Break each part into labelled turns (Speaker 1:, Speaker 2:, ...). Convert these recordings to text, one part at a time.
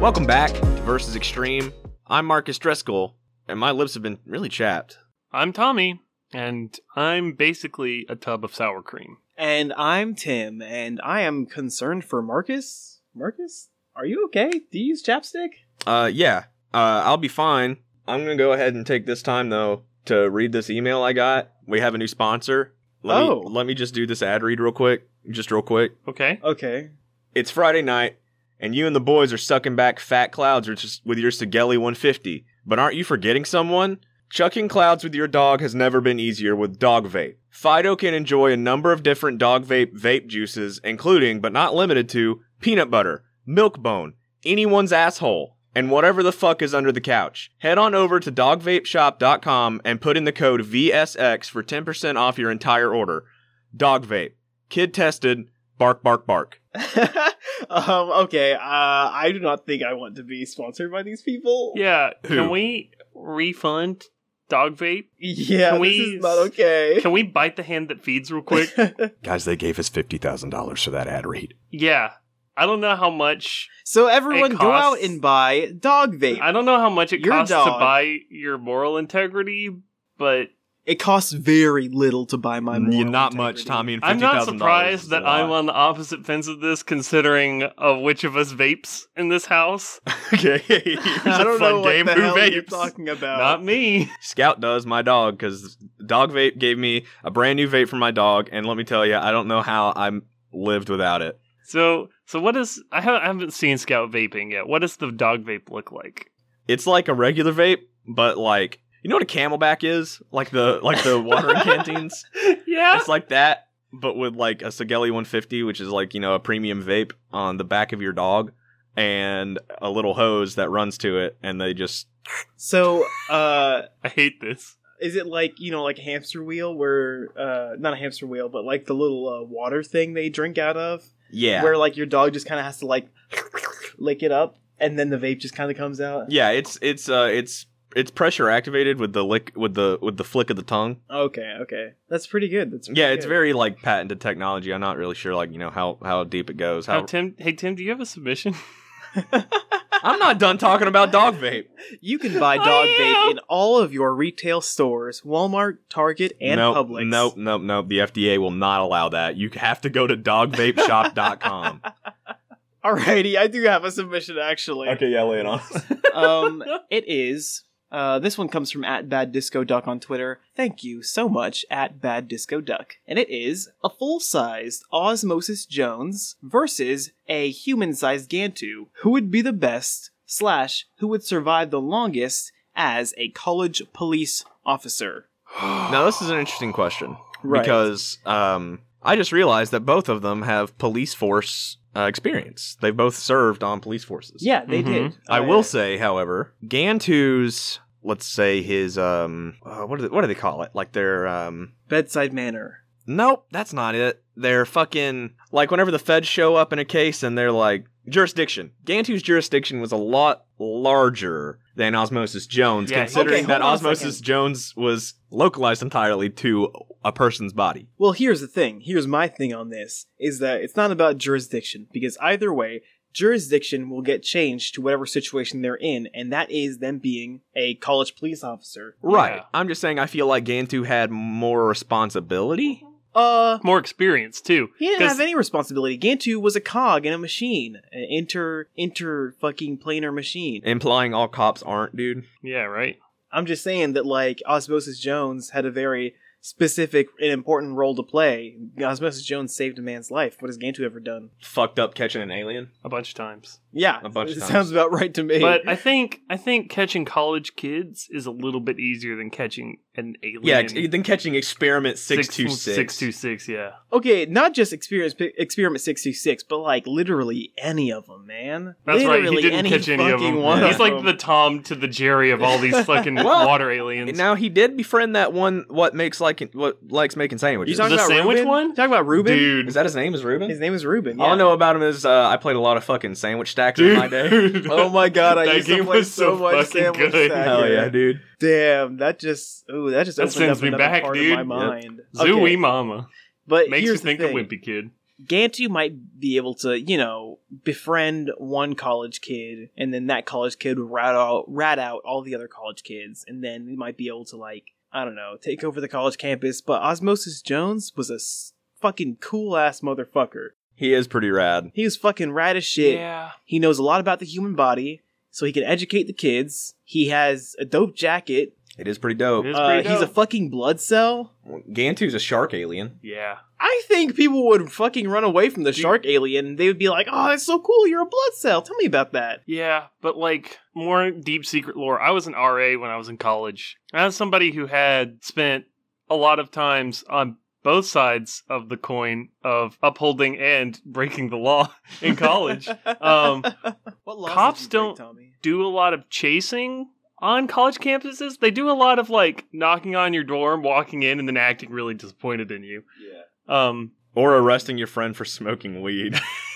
Speaker 1: Welcome back to Versus Extreme. I'm Marcus Dreskel, and my lips have been really chapped.
Speaker 2: I'm Tommy, and I'm basically a tub of sour cream.
Speaker 3: And I'm Tim, and I am concerned for Marcus. Marcus, are you okay? Do you use chapstick?
Speaker 1: Uh, yeah, uh, I'll be fine. I'm gonna go ahead and take this time though to read this email I got. We have a new sponsor. Let
Speaker 3: Oh.
Speaker 1: me, let me just do this ad read real quick, just real quick.
Speaker 2: Okay.
Speaker 3: Okay.
Speaker 1: It's Friday night, and you and the boys are sucking back fat clouds with your- with your Sigelli 150. But aren't you forgetting someone? Chucking clouds with your dog has never been easier with Dog Vape. Fido can enjoy a number of different dog vape vape juices, including, but not limited to, peanut butter, milk bone, anyone's asshole, and whatever the fuck is under the couch. Head on over to dogvapeshop.com and put in the code VSX for 10% off your entire order. Dog Vape. Kid tested. Bark, bark, bark.
Speaker 3: um, okay, uh, I do not think I want to be sponsored by these people.
Speaker 2: Yeah.
Speaker 1: Who?
Speaker 2: Can we refund dog vape?
Speaker 3: Yeah,
Speaker 2: Can
Speaker 3: this
Speaker 2: we-
Speaker 3: is not okay.
Speaker 2: Can we bite the hand that feeds real quick?
Speaker 1: Guys, they gave us fifty thousand dollars for that ad read.
Speaker 2: yeah. I don't know how much.
Speaker 3: so everyone,
Speaker 2: It
Speaker 3: go out
Speaker 2: costs-
Speaker 3: and buy dog vape.
Speaker 2: I don't know how much it
Speaker 3: Your
Speaker 2: costs to
Speaker 3: dog.
Speaker 2: buy your moral integrity, but
Speaker 3: It costs very little to buy my. moral
Speaker 1: not much,
Speaker 3: integrity.
Speaker 1: Tommy. And
Speaker 2: I'm not
Speaker 1: $50,000
Speaker 2: surprised
Speaker 1: is a
Speaker 2: that
Speaker 1: lot.
Speaker 2: I'm on the opposite fence of this, considering of which of us vapes in this house.
Speaker 1: okay. Here's
Speaker 3: I
Speaker 1: a
Speaker 3: don't
Speaker 1: fun
Speaker 3: know what
Speaker 1: game.
Speaker 3: the
Speaker 1: Who
Speaker 3: hell you're
Speaker 1: vapes?
Speaker 3: talking about.
Speaker 2: Not me.
Speaker 1: Scout does my dog because Dog Vape gave me a brand new vape for my dog, and let me tell you, I don't know how I lived without it.
Speaker 2: So, so what is? I haven't, I haven't seen Scout vaping yet. What does the dog vape look like?
Speaker 1: It's like a regular vape, but like you know what a Camelback is, like the like the watering canteens.
Speaker 2: yeah.
Speaker 1: It's like that, but with like a Sigelli 150, which is like, you know, a premium vape on the back of your dog and a little hose that runs to it and they just
Speaker 3: So, uh,
Speaker 2: I hate this.
Speaker 3: is it like you know, like a hamster wheel, where uh, not a hamster wheel, but like the little uh, water thing they drink out of?
Speaker 1: yeah.
Speaker 3: where like your dog just kind of has to like lick it up and then the vape just kind of comes out
Speaker 1: yeah, it's it's uh it's it's pressure activated with the lick with the with the flick of the tongue.
Speaker 3: okay okay that's pretty good that's pretty
Speaker 1: Yeah, it's
Speaker 3: good.
Speaker 1: very like patented technology. I'm not really sure like, you know, how how deep it goes.
Speaker 2: Now,
Speaker 1: How
Speaker 2: Tim, hey Tim, do you have a submission?
Speaker 1: I'm not done talking about dog vape.
Speaker 3: you can buy
Speaker 2: I
Speaker 3: dog vape
Speaker 2: am-
Speaker 3: in all of your retail stores walmart target and
Speaker 1: nope,
Speaker 3: publix
Speaker 1: Nope, nope, nope. The FDA will not allow that. You have to go to dogvapeshop.com.
Speaker 3: alrighty i do have a submission actually
Speaker 1: yeah, lay it on.
Speaker 3: um it is uh, this one comes from at bad disco duck on Twitter. Thank you so much, at bad disco duck. And it is a full-sized Osmosis Jones versus a human-sized Gantu. Who would be the best slash who would survive the longest as a college police officer?
Speaker 1: Now this is an interesting question
Speaker 3: Right.
Speaker 1: because um, I just realized that both of them have police force uh, experience. They've both served on police forces.
Speaker 3: Yeah, they
Speaker 2: Mhm.
Speaker 3: did.
Speaker 1: Mm-hmm. I
Speaker 3: Uh,
Speaker 1: will say, however, Gantu's let's say his um uh, what do they, what do they call it? Like their um
Speaker 3: bedside manner.
Speaker 1: nope, that's not it. They're fucking like whenever the feds show up in a case and they're like jurisdiction. Gantu's jurisdiction was a lot larger than Osmosis Jones,
Speaker 2: Yeah,
Speaker 1: considering
Speaker 3: okay,
Speaker 1: that
Speaker 3: hold on a
Speaker 1: Osmosis
Speaker 3: second.
Speaker 1: Jones was localized entirely to a person's body.
Speaker 3: Well, here's the thing. Here's my thing on this is that it's not about jurisdiction because either way, jurisdiction will get changed to whatever situation they're in, and that is them being a college police officer.
Speaker 1: Right.
Speaker 2: Yeah.
Speaker 1: I'm just saying I feel like Gantu had more responsibility.
Speaker 3: Uh,
Speaker 2: More experience too.
Speaker 3: he didn't
Speaker 2: 'Cause-
Speaker 3: have any responsibility. Gantu was a cog in a machine, an inter inter fucking planar machine.
Speaker 1: Implying all cops aren't, dude.
Speaker 2: Yeah, right.
Speaker 3: I'm just saying that like Osmosis Jones had a very specific and important role to play. Osmosis Jones saved a man's life. What has Gantu ever done?
Speaker 1: Fucked up catching an alien.
Speaker 2: A bunch of times.
Speaker 3: Yeah,
Speaker 1: A bunch of
Speaker 3: it
Speaker 1: times.
Speaker 3: sounds about right to me.
Speaker 2: But I think I think catching college kids is a little bit easier than catching an alien.
Speaker 1: Yeah, ex- then catching experiment
Speaker 2: Six-
Speaker 1: 626.
Speaker 2: six two six, yeah.
Speaker 3: Okay, not just experience, experiment sixty six, but like literally any of them, man.
Speaker 2: That's
Speaker 3: literally
Speaker 2: right. He didn't
Speaker 3: any
Speaker 2: catch any of
Speaker 3: fucking
Speaker 2: them.
Speaker 3: One
Speaker 2: He's
Speaker 3: of
Speaker 2: like
Speaker 3: them.
Speaker 2: the Tom to the Jerry of all these fucking
Speaker 1: Well,
Speaker 2: water aliens.
Speaker 1: Now he did befriend that one what makes like what likes making
Speaker 3: You
Speaker 1: sandwiches.
Speaker 3: talking
Speaker 2: The
Speaker 3: about
Speaker 2: sandwich
Speaker 3: Reuben?
Speaker 2: one?
Speaker 3: You talking about Ruben?
Speaker 2: dude, Oh,
Speaker 1: is that his name is Ruben?
Speaker 3: His name is Ruben. Yeah.
Speaker 1: All I know about him is uh, I played a lot of fucking sandwich stacks in my day.
Speaker 2: dude.
Speaker 3: Oh my god, I
Speaker 2: That
Speaker 3: used to
Speaker 2: game
Speaker 3: play
Speaker 2: was so
Speaker 3: so much
Speaker 2: fucking
Speaker 3: sandwich
Speaker 2: good.
Speaker 3: Stack.
Speaker 1: Hell yeah, dude.
Speaker 3: Damn, that just ooh, that just
Speaker 2: That
Speaker 3: opened
Speaker 2: sends
Speaker 3: up
Speaker 2: me
Speaker 3: another
Speaker 2: back,
Speaker 3: part
Speaker 2: dude.
Speaker 3: of my mind. Okay,
Speaker 2: Zooey Mama
Speaker 3: but
Speaker 2: makes you
Speaker 3: here's the
Speaker 2: think of
Speaker 3: thing.
Speaker 2: Wimpy Kid.
Speaker 3: Gant, you might be able to, you know, befriend one college kid, and then that college kid would rat out, rat out all the other college kids, and then you might be able to, like, I don't know, take over the college campus. But Osmosis Jones was a s- fucking cool ass motherfucker.
Speaker 1: He is pretty rad.
Speaker 3: He was fucking rad as shit.
Speaker 2: Yeah.
Speaker 3: He knows a lot about the human body, so he can educate the kids. He has a dope jacket.
Speaker 1: It is pretty dope.
Speaker 2: It is
Speaker 3: Uh,
Speaker 2: pretty
Speaker 3: he's a
Speaker 2: dope.
Speaker 3: fucking blood cell.
Speaker 1: Gantu's a shark alien.
Speaker 2: yeah.
Speaker 3: I think people would fucking run away from the
Speaker 2: Do-
Speaker 3: shark alien and they would be like, oh, that's so cool. You're a blood cell. Tell me about that.
Speaker 2: Yeah, but like more deep secret lore. I was an RA when I was in college. I was somebody who had spent a lot of times on both sides of the coin of upholding and breaking the law in college. Um,
Speaker 3: Uh, what laws
Speaker 2: cops
Speaker 3: did you
Speaker 2: don't-
Speaker 3: break, Tommy?
Speaker 2: do a lot of chasing on college campuses. They do a lot of like knocking on your dorm, walking in, and then acting really disappointed in you.
Speaker 3: Yeah.
Speaker 2: Um,
Speaker 1: Or arresting your friend for smoking weed.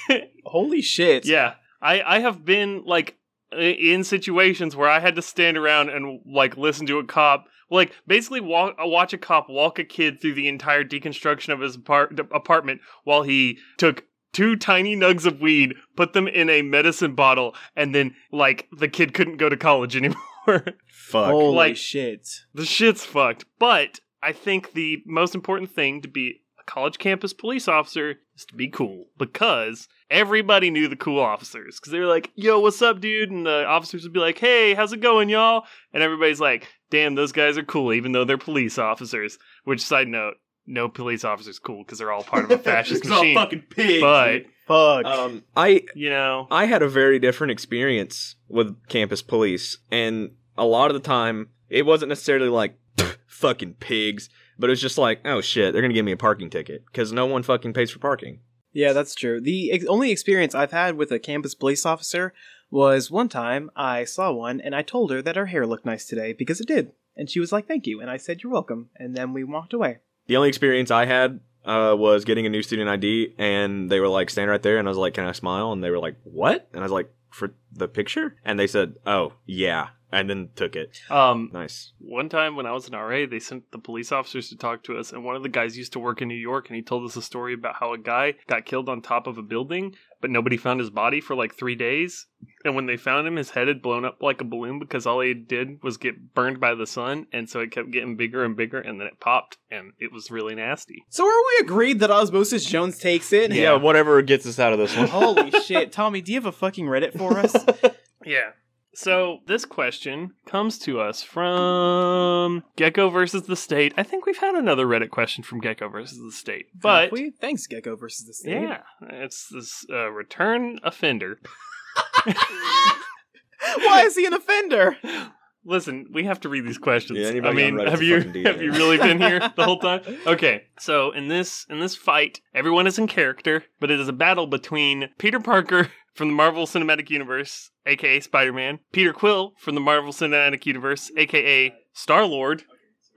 Speaker 3: Holy shit.
Speaker 2: yeah, I I have been like i- in situations where I had to stand around and like listen to a cop. Like basically, walk, watch a cop walk a kid through the entire deconstruction of his apart- apartment while he took two tiny nugs of weed, put them in a medicine bottle, and then like the kid couldn't go to college anymore.
Speaker 1: Fuck.
Speaker 3: Holy
Speaker 2: Like-
Speaker 3: shit.
Speaker 2: The shit's fucked. But I think the most important thing to be a college campus police officer is to be cool because everybody knew the cool officers because they were like, yo, what's up, dude? And the officers would be like, hey, how's it going, y'all? And everybody's like, damn, those guys are cool, even though they're police officers. Which, side note, no police officers cool because they're all part of a fascist machine.
Speaker 1: pigs.
Speaker 2: but,
Speaker 3: Fuck.
Speaker 1: um, I
Speaker 2: you know,
Speaker 1: I had a very different experience with campus police, and a lot of the time it wasn't necessarily like "Pff, fucking pigs, but it was just like, oh shit, they're gonna give me a parking ticket because no one fucking pays for parking.
Speaker 3: Yeah, that's true. The ex- only experience I've had with a campus police officer was one time I saw one and I told her that her hair looked nice today because it did. And she was like, thank you. And I said, you're welcome. And then we walked away.
Speaker 1: The only experience I had uh, was getting a new student ID, and they were like, stand right there, and I was like, can I smile? And they were like, what? And I was like, for the picture? And they said, oh yeah, and then took it.
Speaker 2: um,
Speaker 1: Nice.
Speaker 2: One time when I was an RA, they sent the police officers to talk to us, and one of the guys used to work in New York, and he told us a story about how a guy got killed on top of a building, but nobody found his body for like three days. And when they found him, his head had blown up like a balloon because all he did was get burned by the sun, and so it kept getting bigger and bigger, and then it popped, and it was really nasty.
Speaker 3: So are we agreed that Osmosis Jones takes it?
Speaker 1: Yeah. whatever gets us out of this one.
Speaker 3: Holy shit. Tommy, do you have a fucking Reddit for us?
Speaker 2: Yeah. So this question comes to us from Gecko versus the State. I think we've had another Reddit question from Gecko versus the State, but
Speaker 3: Have we? Thanks, Gecko versus the State.
Speaker 2: Yeah, it's this uh, return offender.
Speaker 3: Why is he an offender?
Speaker 2: Listen, we have to read these questions.
Speaker 1: Yeah, anybody
Speaker 2: I
Speaker 1: on
Speaker 2: mean,
Speaker 1: Reddit's
Speaker 2: have
Speaker 1: a
Speaker 2: you
Speaker 1: fucking deviant.
Speaker 2: have you really been here the whole time? Okay, so in this in this fight, everyone is in character, but it is a battle between Peter Parker from the Marvel Cinematic Universe, aka Spider-Man, Peter Quill from the Marvel Cinematic Universe, aka Star-Lord,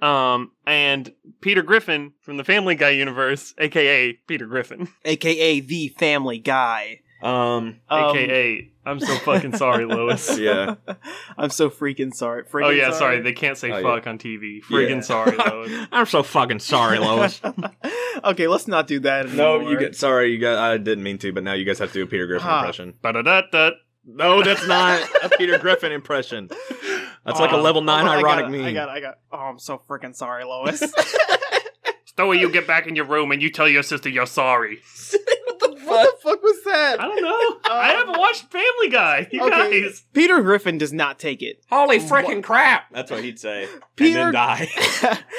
Speaker 2: um, and Peter Griffin from the Family Guy universe, aka Peter Griffin,
Speaker 3: AKA the family guy.
Speaker 1: um,
Speaker 3: Um,
Speaker 2: aka I'm so fucking sorry, Lois.
Speaker 1: yeah.
Speaker 3: I'm so freaking sorry. Freaking
Speaker 2: oh yeah, sorry. They can't say
Speaker 1: Oh, yeah.
Speaker 2: fuck on TV. Friggin'
Speaker 1: Yeah.
Speaker 2: sorry though.
Speaker 1: I'm so fucking sorry, Lois.
Speaker 3: okay, let's not do that anymore.
Speaker 1: No, you get sorry. You got. I didn't mean to, but now you guys have to do a Peter Griffin
Speaker 3: Ah.
Speaker 1: impression.
Speaker 2: Ba-da-da-da.
Speaker 1: No, that's not a Peter Griffin impression. That's like a
Speaker 2: Aw.
Speaker 1: level nine
Speaker 3: Hold on,
Speaker 1: ironic
Speaker 3: Ah. Oh, I got,
Speaker 1: meme.
Speaker 3: I got, I got. Oh, I'm so freaking sorry, Lois.
Speaker 2: Story, you get back in your room and you tell your sister you're sorry.
Speaker 3: what, the, what the fuck was
Speaker 2: I
Speaker 3: that?
Speaker 2: don't know. I haven't watched Family Guy. You
Speaker 3: Okay.
Speaker 2: guys.
Speaker 3: Peter Griffin does not take it.
Speaker 1: Holy
Speaker 3: frickin'
Speaker 1: crap! That's what he'd say.
Speaker 3: Peter-
Speaker 1: And then die.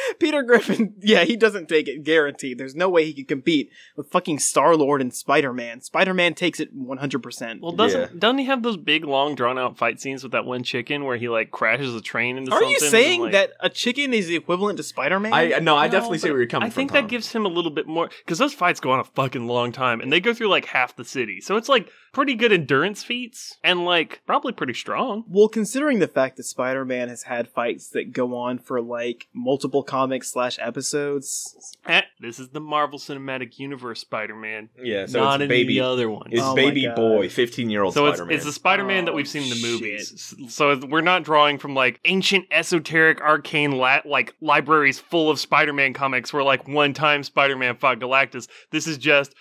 Speaker 3: Peter Griffin, yeah, he doesn't take it, guaranteed. There's no way he could compete with fucking Star Lord and Spider Man. Spider Man takes it 100%.
Speaker 2: Well, doesn't
Speaker 1: doesn't- Yeah.
Speaker 2: doesn't he have those big, long, drawn out fight scenes with that one chicken where he like crashes a train into
Speaker 3: Are
Speaker 2: something?
Speaker 3: you saying that a chicken is the equivalent to Spider Man?
Speaker 1: I no, I definitely
Speaker 2: but
Speaker 1: see where you're coming
Speaker 2: I
Speaker 1: from.
Speaker 2: think
Speaker 1: Tom.
Speaker 2: that gives him a little bit more because those fights go on a fucking long time, and they go through like half the city. So it's like pretty good endurance feats, and like probably pretty strong.
Speaker 3: Well, considering the fact that Spider Man has had fights that go on for like multiple comics slash episodes,
Speaker 2: Eh, This is the Marvel Cinematic Universe Spider-Man,
Speaker 1: yeah. So
Speaker 2: not
Speaker 1: it's
Speaker 2: in
Speaker 1: baby.
Speaker 2: the other one.
Speaker 1: It's
Speaker 3: Oh my
Speaker 1: baby
Speaker 3: God.
Speaker 1: boy, fifteen year old
Speaker 2: so it's,
Speaker 1: Spider-Man.
Speaker 2: it's the Spider-Man that
Speaker 3: Oh,
Speaker 2: we've seen in the movies. S- So it's- we're not drawing from like ancient, esoteric, arcane, la- like libraries full of Spider-Man comics. Where like one time Spider-Man fought Galactus. This is just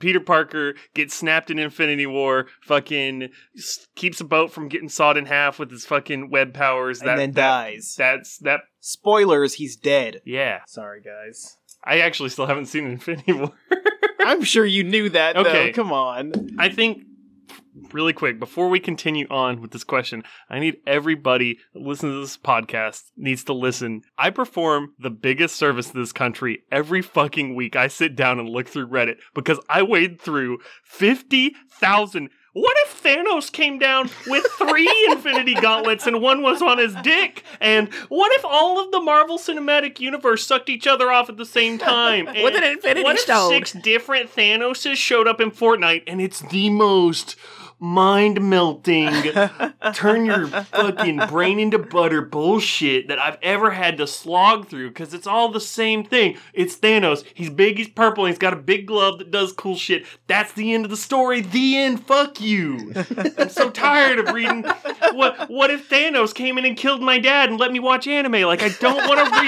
Speaker 2: Peter Parker gets snapped in Infinity War, fucking s- keeps a boat from getting sawed in half with his fucking web powers.
Speaker 3: and then
Speaker 2: that,
Speaker 3: dies.
Speaker 2: That's that.
Speaker 3: Spoilers, he's dead.
Speaker 2: Yeah,
Speaker 3: Sorry, guys.
Speaker 2: I actually still haven't seen Infinity War.
Speaker 3: I'm sure you knew that,
Speaker 2: Okay.
Speaker 3: though. Come on.
Speaker 2: I think really quick before we continue on with this question, I need everybody that listens to this podcast needs to listen. I perform the biggest service to this country every fucking week. I sit down and look through Reddit because I wade through fifty thousand. What if Thanos came down with three Infinity Gauntlets and one was on his dick? And what if all of the Marvel Cinematic Universe sucked each other off at the same time? And
Speaker 4: With an Infinity
Speaker 2: what if
Speaker 4: Stone.
Speaker 2: six different Thanoses showed up in Fortnite and it's the most mind melting, turn your fucking brain into butter bullshit that I've ever had to slog through because it's all the same thing. It's Thanos. He's big, he's purple, and he's got a big glove that does cool shit. That's the end of the story. The end. Fuck you. I'm so tired of reading. What, what if Thanos came in and killed my dad and let me watch anime? Like, I don't want to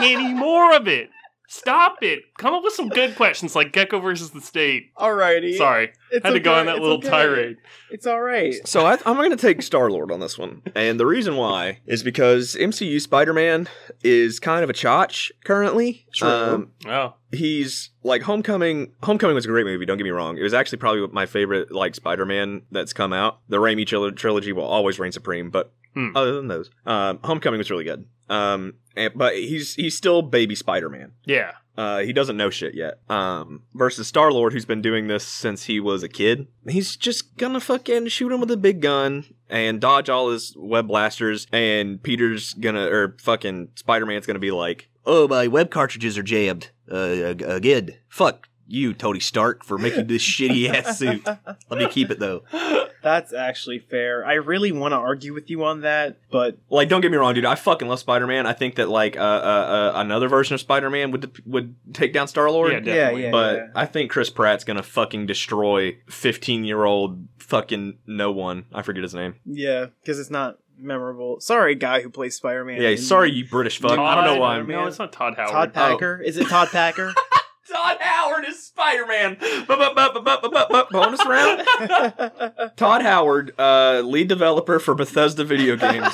Speaker 2: read any more of it. Stop it. Come up with some good questions like Gecko versus the State.
Speaker 3: Alrighty.
Speaker 2: Sorry.
Speaker 3: It's
Speaker 2: Had to go
Speaker 3: okay,
Speaker 2: on that
Speaker 3: it's
Speaker 2: little
Speaker 3: okay.
Speaker 2: tirade.
Speaker 3: It's alright.
Speaker 1: So I, I'm going to take Star Lord on this one, and the reason why is because MCU Spider Man is kind of a chotch currently. Um,
Speaker 3: True.
Speaker 2: Oh.
Speaker 1: he's like Homecoming. Homecoming was a great movie. Don't get me wrong. It was actually probably my favorite like Spider Man that's come out. The Raimi tril- trilogy will always reign supreme, but
Speaker 2: Hmm.
Speaker 1: other than those, um, Homecoming was really good. Um, and, but he's he's still baby Spider Man.
Speaker 2: Yeah.
Speaker 1: Uh, he doesn't know shit yet. Um, versus Star Lord, who's been doing this since he was a kid. He's just gonna fucking shoot him with a big gun and dodge all his web blasters. And Peter's gonna, or fucking Spider Man's gonna be like, "Oh, my web cartridges are jammed uh, ag- again. Fuck you, Tony Stark, for making this shitty ass suit. Let me keep it though."
Speaker 3: That's actually fair. I really want to argue with you on that, but
Speaker 1: Like, don't get me wrong, dude. I fucking love Spider Man. I think that like uh, uh, uh, another version of Spider Man would would take down Star Lord.
Speaker 2: Yeah, Definitely.
Speaker 3: yeah, yeah.
Speaker 1: but
Speaker 3: yeah.
Speaker 1: I think Chris Pratt's gonna fucking destroy fifteen year old fucking no one. I forget his name.
Speaker 3: yeah, because it's not memorable. Sorry, guy who plays Spider Man.
Speaker 1: Yeah, sorry Oh. you British fuck. I don't know why. I'm...
Speaker 3: Todd-
Speaker 2: No, it's not Todd Howard.
Speaker 3: Todd Packer. Is it Todd Packer?
Speaker 1: Todd Howard is Spider Man. Bonus round. Todd Howard, uh, lead developer for Bethesda video games,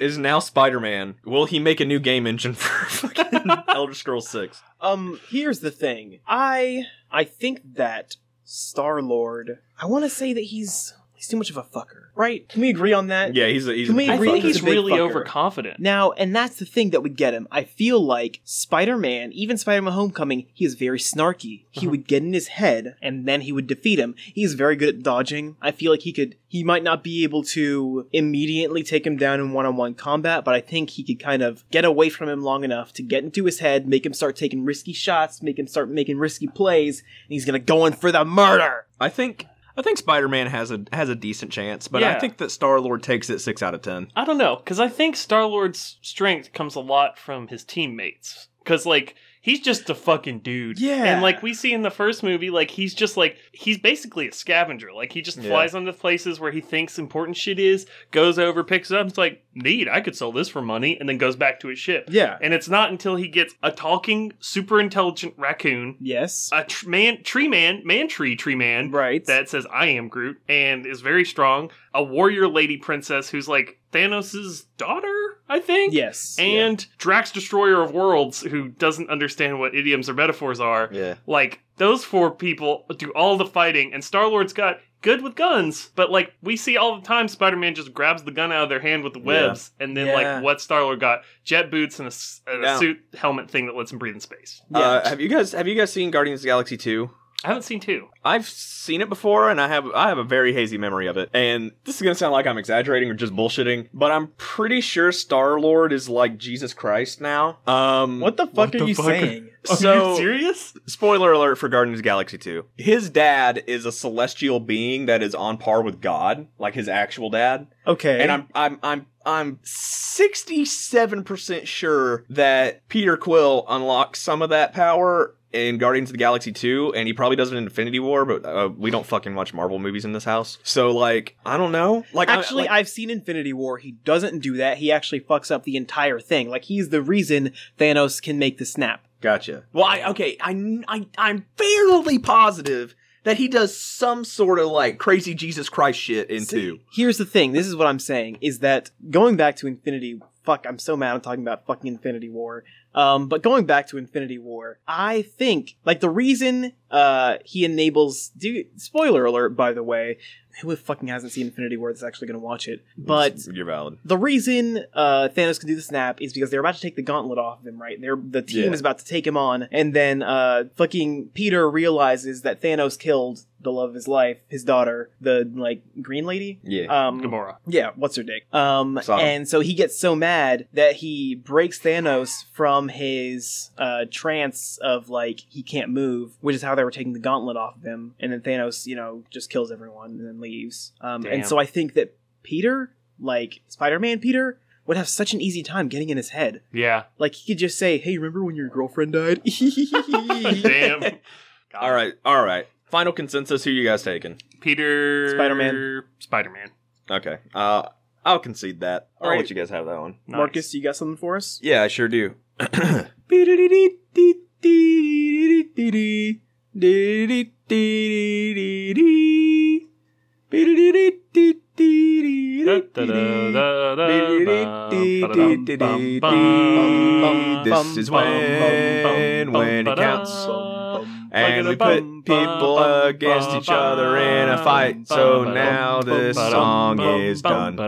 Speaker 1: is now Spider Man. Will he make a new game engine for fucking Elder Scrolls Six?
Speaker 3: um, here's the thing. I I think that Star Lord. I want to say that he's he's too much of a fucker, right? Can we agree on that?
Speaker 1: Yeah, he's a, he's. a
Speaker 3: Can we
Speaker 1: big
Speaker 2: I
Speaker 3: agree
Speaker 1: fucker.
Speaker 2: think
Speaker 3: He's
Speaker 2: he's
Speaker 3: a big
Speaker 2: really
Speaker 3: fucker.
Speaker 2: overconfident.
Speaker 3: Now, and that's the thing that would get him. I feel like Spider Man, even Spider Man Homecoming, he is very snarky.
Speaker 2: Uh-huh.
Speaker 3: He would get in his head and then he would defeat him. He's very good at dodging. I feel like he could, he might not be able to immediately take him down in one on one combat, but I think he could kind of get away from him long enough to get into his head, make him start taking risky shots, make him start making risky plays, and he's gonna go in for the murder.
Speaker 1: I think. I think Spider Man has a has a decent chance, but
Speaker 2: Yeah.
Speaker 1: I think that Star Lord takes it six out of ten.
Speaker 2: I don't know, because I think Star Lord's strength comes a lot from his teammates. Because, like, he's just a fucking dude.
Speaker 3: Yeah.
Speaker 2: And, like, we see in the first movie, like, he's just, like, he's basically a scavenger. Like, he just
Speaker 1: Yeah.
Speaker 2: flies onto places where he thinks important shit is, goes over, picks it up, and it's like, neat, I could sell this for money, and then goes back to his ship.
Speaker 3: Yeah.
Speaker 2: And it's not until he gets a talking, super intelligent raccoon,
Speaker 3: Yes.
Speaker 2: a tr- man, tree man, man tree, tree man,
Speaker 3: right.
Speaker 2: that says I am Groot and is very strong. A warrior lady princess who's like Thanos' daughter, I think.
Speaker 3: yes.
Speaker 2: And Drax Destroyer of Worlds, who doesn't understand what idioms or metaphors are.
Speaker 1: Yeah.
Speaker 2: Like, those four people do all the fighting, and Star Lord's got good with guns, but like we see all the time Spider Man just grabs the gun out of their hand with the webs, and then
Speaker 3: Yeah.
Speaker 2: like what Star Lord got jet boots and a, s- and a
Speaker 1: Yeah.
Speaker 2: suit helmet thing that lets him breathe in space.
Speaker 3: Yeah.
Speaker 1: Uh, have you guys have you guys seen Guardians of the Galaxy 2?
Speaker 2: I haven't seen two.
Speaker 1: I've seen it before and I have I have a very hazy memory of it. And this is going to sound like I'm exaggerating or just bullshitting, but I'm pretty sure Star-Lord is like Jesus Christ now. Um
Speaker 3: what the fuck
Speaker 2: What
Speaker 3: are
Speaker 2: the
Speaker 3: you
Speaker 2: fuck are-
Speaker 3: saying?
Speaker 2: Are
Speaker 1: so
Speaker 2: you serious?
Speaker 1: spoiler alert for Guardians of the Galaxy 2. His dad is a celestial being that is on par with God, like his actual dad.
Speaker 3: Okay.
Speaker 1: And I'm I'm I'm I'm 67% sure that Peter Quill unlocks some of that power in Guardians of the Galaxy 2 and he probably does it in Infinity War, but uh, we don't fucking watch Marvel movies in this house. So like, I don't know. Like I-
Speaker 3: actually,
Speaker 1: like-
Speaker 3: I've seen Infinity War. He doesn't do that. He actually fucks up the entire thing. Like he's the reason Thanos can make the snap.
Speaker 1: Gotcha. Well, I okay, I kn- I I'm fairly positive that he does some sort of like crazy Jesus Christ shit in
Speaker 3: See,
Speaker 1: two.
Speaker 3: Here's the thing. This is what I'm saying is that going back to Infinity. Fuck, I'm so mad. I'm talking about fucking Infinity War. Um, but going back to Infinity War, I think like the reason uh he enables. Do spoiler alert, by the way. Who fucking hasn't seen Infinity War that's actually going to watch it? But
Speaker 1: you're valid.
Speaker 3: the reason uh, Thanos can do the snap is because they're about to take the gauntlet off of him, right? They're, the team
Speaker 1: Yeah.
Speaker 3: is about to take him on, and then uh, fucking Peter realizes that Thanos killed the love of his life, his daughter, the like green lady.
Speaker 1: Yeah.
Speaker 3: Um,
Speaker 2: Gamora.
Speaker 3: yeah, what's her dick? Um,
Speaker 1: Sodom.
Speaker 3: and so he gets so mad that he breaks Thanos from his uh, trance of like he can't move, which is how they were taking the gauntlet off of him. And then Thanos, you know, just kills everyone and then leaves. Um,
Speaker 2: Damn.
Speaker 3: and so I think that Peter, like Spider Man Peter, would have such an easy time getting in his head.
Speaker 2: Yeah.
Speaker 3: Like he could just say, "Hey, remember when your girlfriend died?"
Speaker 2: Damn. God.
Speaker 1: all right. All right. Final consensus. Who you guys taking?
Speaker 2: Peter.
Speaker 3: Spider-Man.
Speaker 2: Spider Man.
Speaker 1: Okay. Uh, I'll concede that. I'll
Speaker 3: All right.
Speaker 1: let you guys have that one.
Speaker 3: Marcus, you got something for us?
Speaker 1: Yeah, I sure do. This is when, when it counts. And we put people against each other in a fight, so now this song is done.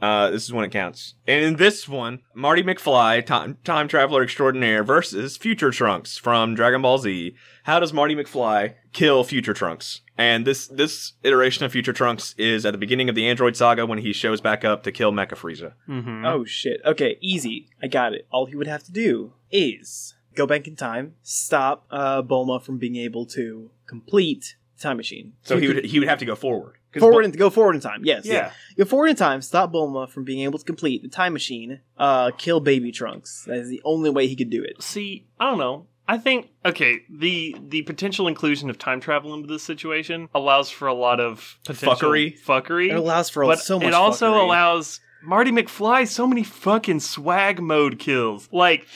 Speaker 1: Uh, this is when it counts. And in this one, Marty McFly, time, time traveler extraordinaire, versus Future Trunks from Dragon Ball Z. How does Marty McFly kill Future Trunks? And this this iteration of Future Trunks is at the beginning of the Android Saga when he shows back up to kill Mecha Frieza.
Speaker 2: Mm-hmm.
Speaker 3: Oh shit. Okay, easy. I got it. All he would have to do is go back in time, stop uh, Bulma from being able to complete the time machine.
Speaker 1: So he would he would have to go forward. 'Cause
Speaker 3: forward
Speaker 1: Bul-
Speaker 3: and go forward in time. Yes.
Speaker 1: yeah.
Speaker 3: Go forward in time, stop Bulma from being able to complete the time machine, uh, kill baby Trunks. That is the only way he could do it.
Speaker 2: See, I don't know. I think okay, the the potential inclusion of time travel into this situation allows for a lot of potential
Speaker 1: Fuckery.
Speaker 2: fuckery.
Speaker 3: It allows for
Speaker 2: but
Speaker 3: so much
Speaker 2: it also
Speaker 3: fuckery.
Speaker 2: allows Marty McFly so many fucking swag mode kills. Like,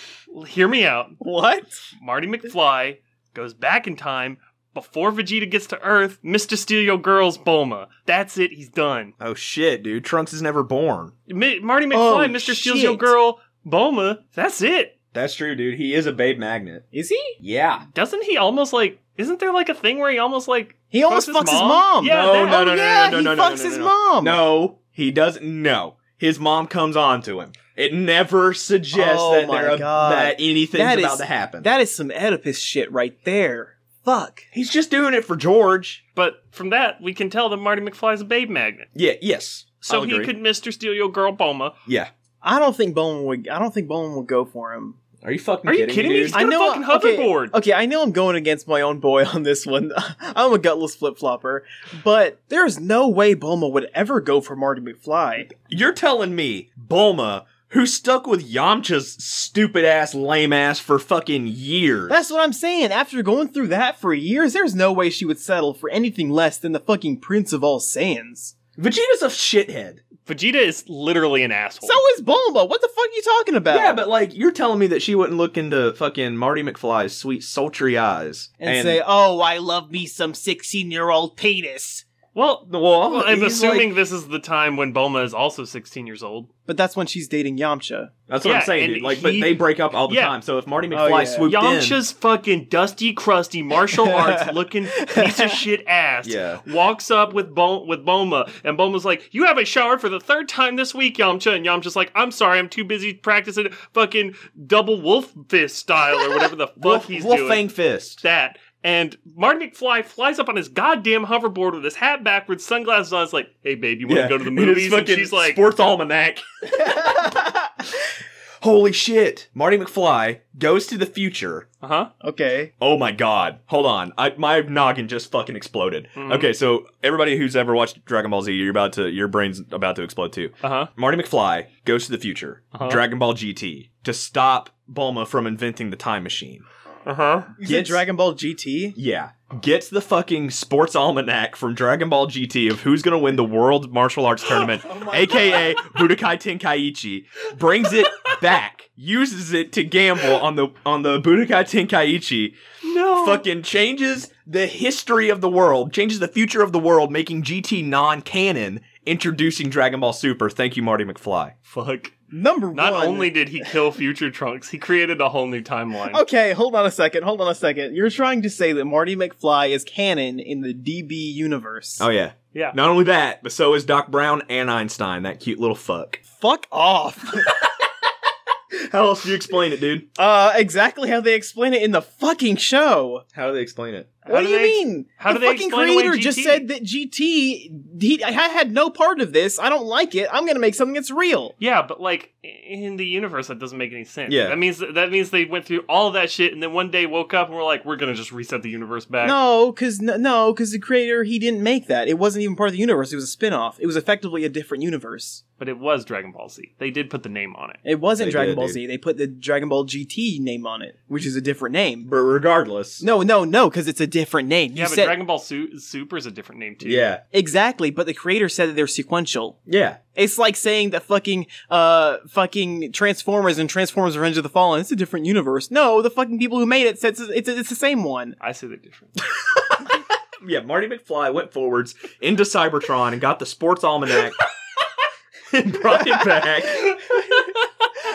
Speaker 2: hear me out.
Speaker 3: What?
Speaker 2: Marty McFly goes back in time before Vegeta gets to Earth. Mister Steal Your Girls, Bulma. That's it. He's done.
Speaker 1: Oh shit, dude! Trunks is never born.
Speaker 2: Mi Marty McFly,
Speaker 3: Oh,
Speaker 2: Mister Steals Your
Speaker 3: shit.
Speaker 2: Girl, Bulma. That's it.
Speaker 1: That's true, dude. He is a babe magnet.
Speaker 3: Is he?
Speaker 1: Yeah.
Speaker 2: Doesn't he almost like? Isn't there like a thing where he almost like?
Speaker 3: He almost
Speaker 2: his
Speaker 3: fucks his
Speaker 2: mom?
Speaker 3: mom.
Speaker 2: Yeah,
Speaker 1: No,
Speaker 2: that-
Speaker 1: no, no,
Speaker 3: Oh,
Speaker 1: no,
Speaker 3: yeah,
Speaker 1: no, no,
Speaker 3: he
Speaker 1: no, no,
Speaker 3: fucks
Speaker 1: no,
Speaker 3: his
Speaker 1: no, no.
Speaker 3: mom.
Speaker 1: No, he doesn't. No, his mom comes on to him. It never suggests
Speaker 3: Oh
Speaker 1: that
Speaker 3: my
Speaker 1: there
Speaker 3: God.
Speaker 1: that anything's
Speaker 3: That
Speaker 1: about
Speaker 3: is-
Speaker 1: to happen.
Speaker 3: That is some Oedipus shit right there. Fuck.
Speaker 1: He's just doing it for George.
Speaker 2: But from that, we can tell that Marty McFly's a babe magnet.
Speaker 1: Yeah. Yes.
Speaker 2: So
Speaker 1: I'll
Speaker 2: he
Speaker 1: agree.
Speaker 2: could Mister Steal Your Girl, Bulma.
Speaker 1: Yeah.
Speaker 3: I don't think Bowman would. I don't think Bowman would go for him.
Speaker 1: Are you fucking
Speaker 2: Are you
Speaker 1: kidding,
Speaker 2: kidding me?
Speaker 1: dude?
Speaker 2: He's got
Speaker 3: I
Speaker 2: a
Speaker 3: know-
Speaker 2: fucking
Speaker 3: okay,
Speaker 2: hoverboard.
Speaker 3: Okay, I know I'm going against my own boy on this one. I'm a gutless flip flopper, but there's no way Bulma would ever go for Marty McFly.
Speaker 1: You're telling me Bulma, who stuck with Yamcha's stupid ass, lame ass for fucking years.
Speaker 3: That's what I'm saying. After going through that for years, there's no way she would settle for anything less than the fucking Prince of All Saiyans.
Speaker 1: Vegeta's a shithead.
Speaker 2: Vegeta is literally an asshole.
Speaker 3: So is Bulma. What the fuck are you talking about?
Speaker 1: Yeah, but like you're telling me that she wouldn't look into fucking Marty McFly's sweet sultry eyes
Speaker 3: and, say, "Oh, I love me some 16 year old penis."
Speaker 2: well,
Speaker 1: "Well,
Speaker 2: well, I'm
Speaker 1: he's
Speaker 2: assuming
Speaker 1: like-
Speaker 2: this is the time when Bulma is also 16 years old.
Speaker 3: But that's when she's dating Yamcha.
Speaker 1: that's what
Speaker 2: Yeah,
Speaker 1: I'm saying,
Speaker 2: and
Speaker 1: dude. Like, but
Speaker 2: he-
Speaker 1: they break up all the
Speaker 2: Yeah.
Speaker 1: time. So if Marty
Speaker 3: Oh,
Speaker 1: McFly
Speaker 3: yeah.
Speaker 1: swooped
Speaker 2: Yamcha's fucking dusty, crusty martial arts looking piece of shit ass
Speaker 1: in, yeah,
Speaker 2: walks up with Bo- with Boma, and Boma's like, "You haven't showered for the third time this week, Yamcha." And Yamcha's like, "I'm sorry, I'm too busy practicing fucking double wolf fist style or whatever the fuck
Speaker 1: Wolf,
Speaker 2: he's
Speaker 1: Wolf
Speaker 2: doing."
Speaker 1: Fang Fist.
Speaker 2: that. And Marty McFly flies up on his goddamn hoverboard with his hat backwards, sunglasses on. It's like, "Hey, babe, you want to go to the
Speaker 1: And it's
Speaker 2: movies?" And
Speaker 1: fucking
Speaker 2: she's like,
Speaker 1: sports almanac. Holy shit! Marty McFly goes to the future.
Speaker 2: "Uh huh."
Speaker 3: Okay.
Speaker 1: Oh my god! Hold on, I, my noggin just fucking exploded.
Speaker 2: Mhm.
Speaker 1: Okay, so everybody who's ever watched Dragon Ball Z, you're about to your brain's about to explode too.
Speaker 2: Uh huh.
Speaker 1: Marty McFly goes to the future,
Speaker 2: Uh-huh.
Speaker 1: Dragon Ball GT, to stop Bulma from inventing the time machine.
Speaker 2: Uh huh.
Speaker 3: You said
Speaker 1: Gets-
Speaker 3: Dragon Ball GT?
Speaker 1: Yeah. Gets the fucking sports almanac from Dragon Ball GT of who's gonna win the world martial arts tournament, aka Budokai Tenkaichi, brings it back, uses it to gamble on the on the Budokai Tenkaichi,
Speaker 2: No.
Speaker 1: fucking changes the history of the world, changes the future of the world, making GT non-canon, introducing Dragon Ball Super. Thank you, Marty McFly.
Speaker 2: Fuck.
Speaker 3: Number
Speaker 2: Not
Speaker 3: one.
Speaker 2: only did he kill future Trunks, he created a whole new timeline.
Speaker 3: Okay, hold on a second. Hold on a second. You're trying to say that Marty McFly is canon in the DB universe.
Speaker 1: Oh yeah.
Speaker 2: Yeah.
Speaker 1: Not only that, but so is Doc Brown and Einstein, that cute little fuck.
Speaker 3: Fuck off.
Speaker 1: How else do you explain it, dude?
Speaker 3: uh, exactly how they explain it in the fucking show.
Speaker 1: How do they explain it?
Speaker 2: How
Speaker 3: what
Speaker 2: do
Speaker 3: do you
Speaker 2: they ex-
Speaker 3: mean?
Speaker 2: how
Speaker 3: the
Speaker 2: do they
Speaker 3: fucking
Speaker 2: explain away
Speaker 3: creator just
Speaker 2: GT?
Speaker 3: said that GT, he, I had no part of this. I don't like it. I'm gonna make something that's real.
Speaker 2: Yeah, but like in the universe, that doesn't make any sense.
Speaker 1: Yeah.
Speaker 2: that means that means they went through all that shit, and then one day woke up and were like, "We're gonna just reset the universe back."
Speaker 3: No, because no, because the creator he didn't make that. It wasn't even part of the universe. It was a spin-off. It was effectively a different universe.
Speaker 2: But it was Dragon Ball Z. They did put the name on it.
Speaker 3: It wasn't
Speaker 1: They
Speaker 3: Dragon
Speaker 1: did,
Speaker 3: Ball
Speaker 1: dude.
Speaker 3: Z. They put the Dragon Ball GT name on it, which is a different name.
Speaker 1: But regardless,
Speaker 3: No, no, no, because it's a different name. You
Speaker 2: yeah, but
Speaker 3: said
Speaker 2: Dragon Ball Su- Super is a different name too.
Speaker 1: Yeah.
Speaker 3: exactly, but the creator said that they're sequential.
Speaker 1: Yeah.
Speaker 3: It's like saying that fucking, uh, fucking Transformers and Transformers: Revenge of the Fallen. It's a different universe. No, the fucking people who made it said it's it's, it's the same one.
Speaker 2: I see the difference.
Speaker 1: Yeah, Marty McFly went forwards into Cybertron and got the sports almanac and brought it back.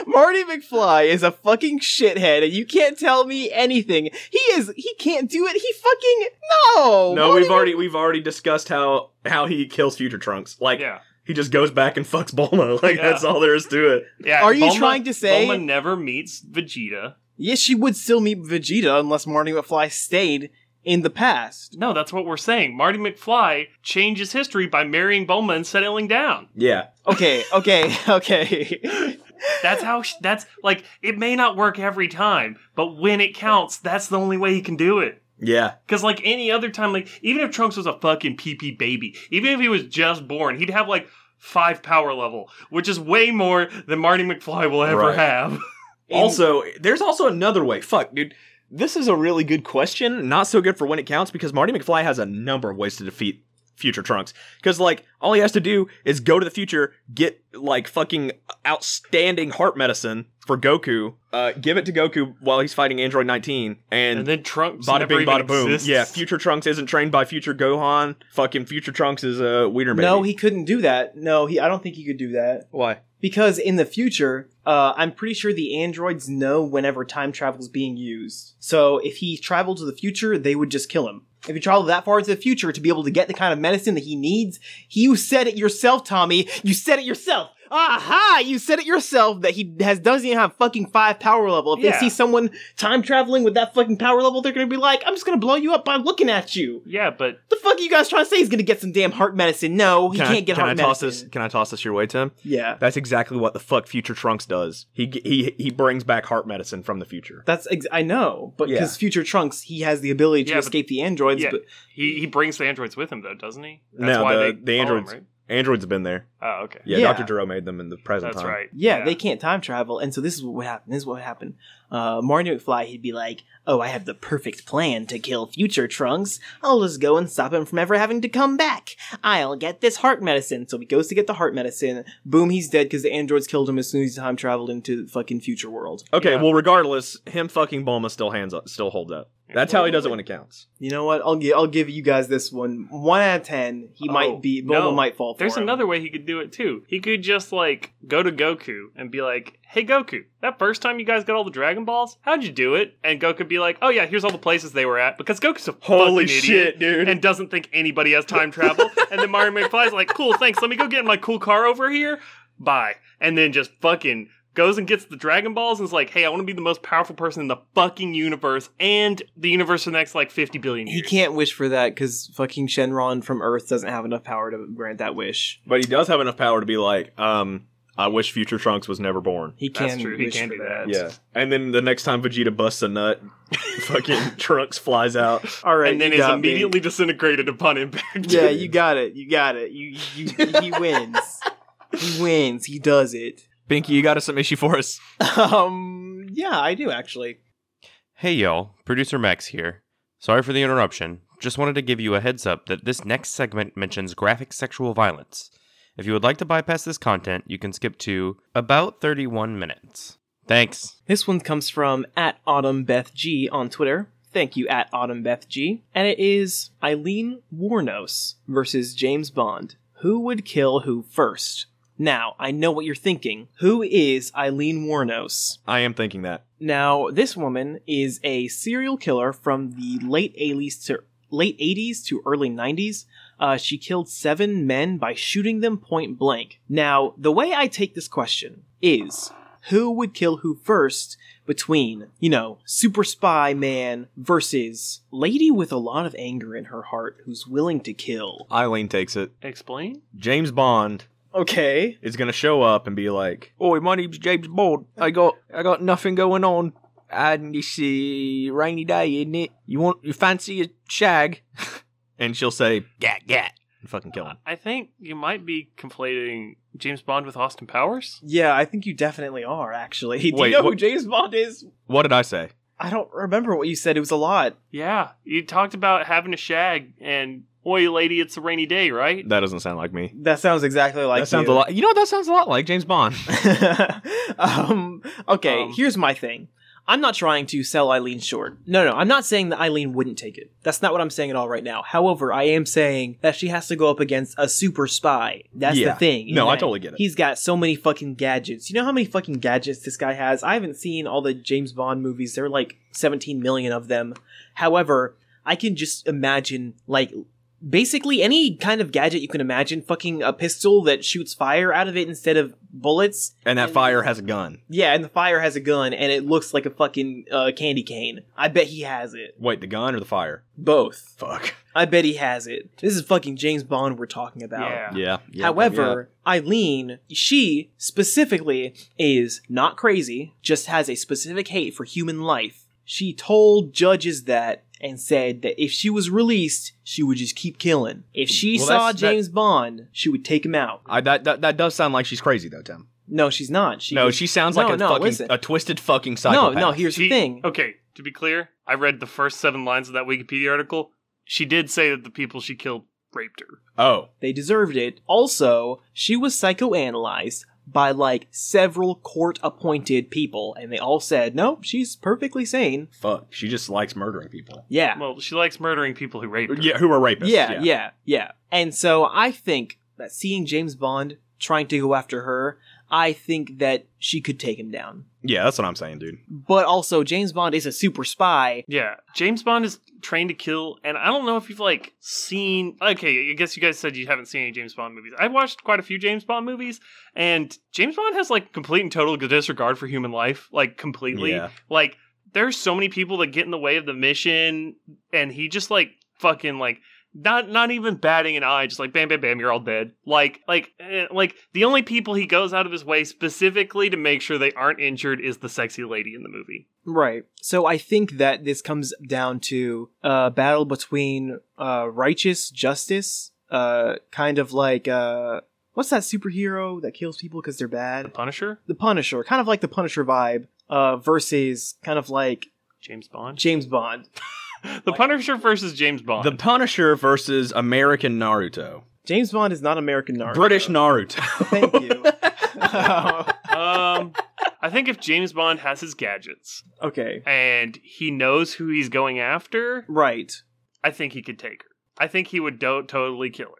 Speaker 3: Marty McFly is a fucking shithead, and you can't tell me anything. He is. He can't do it. He fucking no.
Speaker 1: No,
Speaker 3: Marty
Speaker 1: we've already we've already discussed how how he kills future trunks. Like
Speaker 2: yeah,
Speaker 1: he just goes back and fucks Bulma. Like
Speaker 2: Yeah.
Speaker 1: that's all there is to it.
Speaker 2: yeah.
Speaker 3: Are you
Speaker 2: Bulma-
Speaker 3: trying to say-
Speaker 2: Bulma never meets Vegeta?
Speaker 3: Yes, she would still meet Vegeta unless Marty McFly stayed in the past.
Speaker 2: No, that's what we're saying. Marty McFly changes history by marrying Bulma and settling down.
Speaker 1: Yeah.
Speaker 3: Okay, okay, okay.
Speaker 2: That's how. Sh- that's like it may not work every time, but when it counts, that's the only way he can do it.
Speaker 1: Yeah.
Speaker 2: Because, like, any other time, like, even if Trunks was a fucking PP baby, even if he was just born, he'd have, like, five power level, which is way more than Marty McFly will ever
Speaker 1: Right.
Speaker 2: have.
Speaker 1: Also, there's also another way. Fuck, dude. This is a really good question. Not so good for when it counts because Marty McFly has a number of ways to defeat future Trunks. Because, like, all he has to do is go to the future, get, like, fucking outstanding heart medicine for Goku, uh, give it to Goku while he's fighting Android 19, and,
Speaker 2: And then Trunks
Speaker 1: bada
Speaker 2: never
Speaker 1: bing,
Speaker 2: even
Speaker 1: bada boom.
Speaker 2: exists.
Speaker 1: Yeah, future Trunks isn't trained by future Gohan. Fucking future Trunks is a wiener baby.
Speaker 3: no, he couldn't do that. No, he. I don't think he could do that
Speaker 1: Why?
Speaker 3: because in the future, uh, I'm pretty sure the androids know whenever time travel is being used. So if he traveled to the future, they would just kill him. If he traveled that far into the future to be able to get the kind of medicine that he needs, you said it yourself, Tommy. You said it yourself. Aha! You said it yourself that he has doesn't even have fucking five power level. If they
Speaker 2: Yeah.
Speaker 3: see someone time traveling with that fucking power level, they're gonna be like, "I'm just gonna blow you up by looking at you."
Speaker 2: Yeah, but
Speaker 3: The fuck are you guys trying to say? He's gonna get some damn heart medicine? No, he
Speaker 1: Can
Speaker 3: can't
Speaker 1: I,
Speaker 3: get
Speaker 1: can
Speaker 3: heart
Speaker 1: I toss
Speaker 3: medicine.
Speaker 1: this? Can I toss this your way, Tim?
Speaker 3: Yeah,
Speaker 1: That's exactly what the fuck Future Trunks does. He he he brings back heart medicine from the future.
Speaker 3: that's ex- I know, but
Speaker 1: Yeah.
Speaker 3: because future Trunks, he has the ability to
Speaker 2: Yeah, but-
Speaker 3: escape the androids.
Speaker 2: Yeah.
Speaker 3: But
Speaker 2: he, he brings the androids with him, though, doesn't he?
Speaker 1: No, the- the
Speaker 2: follow him,
Speaker 1: androids-
Speaker 2: right?
Speaker 1: Android's been there.
Speaker 2: Oh, okay.
Speaker 1: Yeah,
Speaker 3: Yeah.
Speaker 1: Dr. Duro made them in the present
Speaker 2: That's
Speaker 1: time.
Speaker 2: right.
Speaker 3: yeah, they can't time travel, and so this is what would happen. This is what would happen. Uh, Marty McFly, he'd be like, "Oh, I have the perfect plan to kill future Trunks. I'll just go and stop him from ever having to come back. I'll get this heart medicine." So he goes to get the heart medicine. Boom, he's dead because the androids killed him as soon as he time traveled into the fucking future world.
Speaker 1: Okay,
Speaker 2: Yeah.
Speaker 1: well, regardless, him fucking Bulma still hands up, still holds up. That's how he does it when it counts.
Speaker 3: You know what? I'll gi- I'll give you guys this one. One out of ten, he
Speaker 2: Oh,
Speaker 3: might be. Bulma
Speaker 2: no.
Speaker 3: might fall. For
Speaker 2: There's
Speaker 3: him.
Speaker 2: another way he could do it too. He could just like go to Goku and be like, "Hey Goku, that first time you guys got all the Dragon Balls, how'd you do it?" And Goku be like, "Oh yeah, here's all the places they were at." Because Goku's a
Speaker 1: Holy
Speaker 2: fucking
Speaker 1: shit,
Speaker 2: idiot
Speaker 1: dude.
Speaker 2: and doesn't think anybody has time travel. and then Mario McFly's like, "Cool, thanks. Let me go get in my cool car over here. Bye." And then just fucking goes and gets the Dragon Balls and is like, "Hey, I want to be the most powerful person in the fucking universe and the universe for the next like 50 billion years."
Speaker 3: He can't wish for that because fucking Shenron from Earth doesn't have enough power to grant that wish.
Speaker 1: But he does have enough power to be like, um, I wish Future Trunks was never born.
Speaker 3: He can
Speaker 2: That's true. He
Speaker 3: wish
Speaker 2: can
Speaker 3: for
Speaker 2: do
Speaker 3: that.
Speaker 2: that.
Speaker 1: Yeah. And then the next time Vegeta busts a nut, fucking Trunks flies out.
Speaker 3: All right,
Speaker 2: and then
Speaker 3: you
Speaker 2: is
Speaker 3: got me.
Speaker 2: immediately disintegrated upon impact.
Speaker 3: Yeah, you got it. You got it. You, you he wins. He wins. He does it.
Speaker 1: Binky, you got us some issue for us.
Speaker 3: Um, yeah, I do actually.
Speaker 4: Hey y'all, producer Max here. Sorry for the interruption. Just wanted to give you a heads up that this next segment mentions graphic sexual violence. If you would like to bypass this content, you can skip to about 31 minutes. Thanks.
Speaker 3: This one comes from at AutumnBethG on Twitter. Thank you, at AutumnBethG. And it is Eileen Warnos versus James Bond. Who would kill who first? Now, I know what you're thinking. Who is Eileen Warnos?
Speaker 1: I am thinking that.
Speaker 3: Now, this woman is a serial killer from the late 80s to late 80s to early 90s. Uh, she killed seven men by shooting them point blank. Now, the way I take this question is who would kill who first between, you know, super spy man versus lady with a lot of anger in her heart who's willing to kill?
Speaker 1: Eileen takes it.
Speaker 2: Explain.
Speaker 1: James Bond
Speaker 3: Okay.
Speaker 1: is gonna show up and be like, "Oi, my name's James Bond. I got I got nothing going on, and it's a rainy day, isn't it? You want you fancy a shag?" and she'll say, "Gat gat," and fucking kill him.
Speaker 2: I think you might be conflating James Bond with Austin Powers.
Speaker 3: Yeah, I think you definitely are, actually. Do
Speaker 1: Wait,
Speaker 3: you know who
Speaker 1: what-
Speaker 3: James Bond is?
Speaker 1: What did I say?
Speaker 3: I don't remember what you said. It was a lot.
Speaker 2: Yeah, you talked about having a shag and oi, lady, it's a rainy day, right?
Speaker 1: That doesn't sound like me.
Speaker 3: That sounds exactly like
Speaker 1: that sounds
Speaker 3: you.
Speaker 1: a lot. You know what? That sounds a lot like James Bond.
Speaker 3: um, okay,
Speaker 2: Um,
Speaker 3: here's my thing. I'm not trying to sell Eileen short. No, no, I'm not saying that Eileen wouldn't take it. That's not what I'm saying at all right now. However, I am saying that she has to go up against a super spy. That's
Speaker 1: Yeah.
Speaker 3: the thing.
Speaker 1: No, I
Speaker 3: Like,
Speaker 1: totally get it.
Speaker 3: He's got so many fucking gadgets. You know how many fucking gadgets this guy has? I haven't seen all the James Bond movies. There are like 17 million of them. However, I can just imagine like basically any kind of gadget you can imagine fucking a pistol that shoots fire out of it instead of bullets
Speaker 1: And that
Speaker 3: And-
Speaker 1: fire has a gun.
Speaker 3: yeah and the fire has a gun and it looks like a fucking uh, candy cane i bet he has it
Speaker 1: Wait, the gun or the fire?
Speaker 3: both
Speaker 1: Fuck.
Speaker 3: i bet he has it this is fucking james bond we're talking about
Speaker 2: Yeah.
Speaker 1: Yeah. yeah,
Speaker 3: However, Eileen, she specifically is not crazy, just has a specific hate for human life. She told judges that and said that if she was released, she would just keep killing. If she
Speaker 1: Well,
Speaker 3: saw
Speaker 1: that's- that-
Speaker 3: James Bond, she would take him out.
Speaker 1: yeah. I, that, that that does sound like she's crazy though, Tim.
Speaker 3: No, she's not. She
Speaker 1: no, she sounds
Speaker 3: No,
Speaker 1: like a
Speaker 3: no,
Speaker 1: fucking
Speaker 3: listen.
Speaker 1: a twisted fucking
Speaker 3: No,
Speaker 1: psychopath.
Speaker 3: no, here's
Speaker 2: She-
Speaker 3: the thing.
Speaker 2: Okay, to be clear, I read the first seven lines of that Wikipedia article. She did say that the people she killed raped her.
Speaker 1: Oh,
Speaker 3: They deserved it. Also, she was psychoanalyzed by like several court appointed people, and they all said, no, she's perfectly sane.
Speaker 1: fuck. She just likes murdering people.
Speaker 3: Yeah.
Speaker 2: Well, she likes murdering people who raped her.
Speaker 1: Yeah, who are rapists?
Speaker 3: Yeah, yeah, yeah, And so I think that seeing James Bond trying to go after her, I think that she could take him down.
Speaker 1: Yeah, that's what I'm saying, dude.
Speaker 3: But also, James Bond is a super spy.
Speaker 2: Yeah, James Bond is trained to kill, and I don't know if you've like seen. Okay, I guess you guys said you haven't seen any James Bond movies. I've watched quite a few James Bond movies, and James Bond has like complete and total disregard for human life, like completely.
Speaker 1: Yeah.
Speaker 2: Like there's so many people that get in the way of the mission, and he just like fucking like not not even batting an eye, just like bam, bam, bam, you're all dead. Like like eh, like the only people he goes out of his way specifically to make sure they aren't injured is the sexy lady in the movie.
Speaker 3: Right. So I think that this comes down to a battle between uh, righteous justice, uh, kind of like uh, what's that superhero that kills people because they're
Speaker 2: The
Speaker 3: bad?
Speaker 2: Punisher,
Speaker 3: The Punisher, kind of like the Punisher vibe, uh, versus kind of like
Speaker 2: James Bond.
Speaker 3: James Bond.
Speaker 2: The Punisher versus James Bond.
Speaker 1: The Punisher versus American Naruto.
Speaker 3: James Bond is not American Naruto.
Speaker 1: British Naruto.
Speaker 3: Thank you.
Speaker 2: um, I think if James Bond has his gadgets
Speaker 3: okay.
Speaker 2: and he knows who he's going after,
Speaker 3: Right.
Speaker 2: I think he could take her. I think he would do- totally kill her.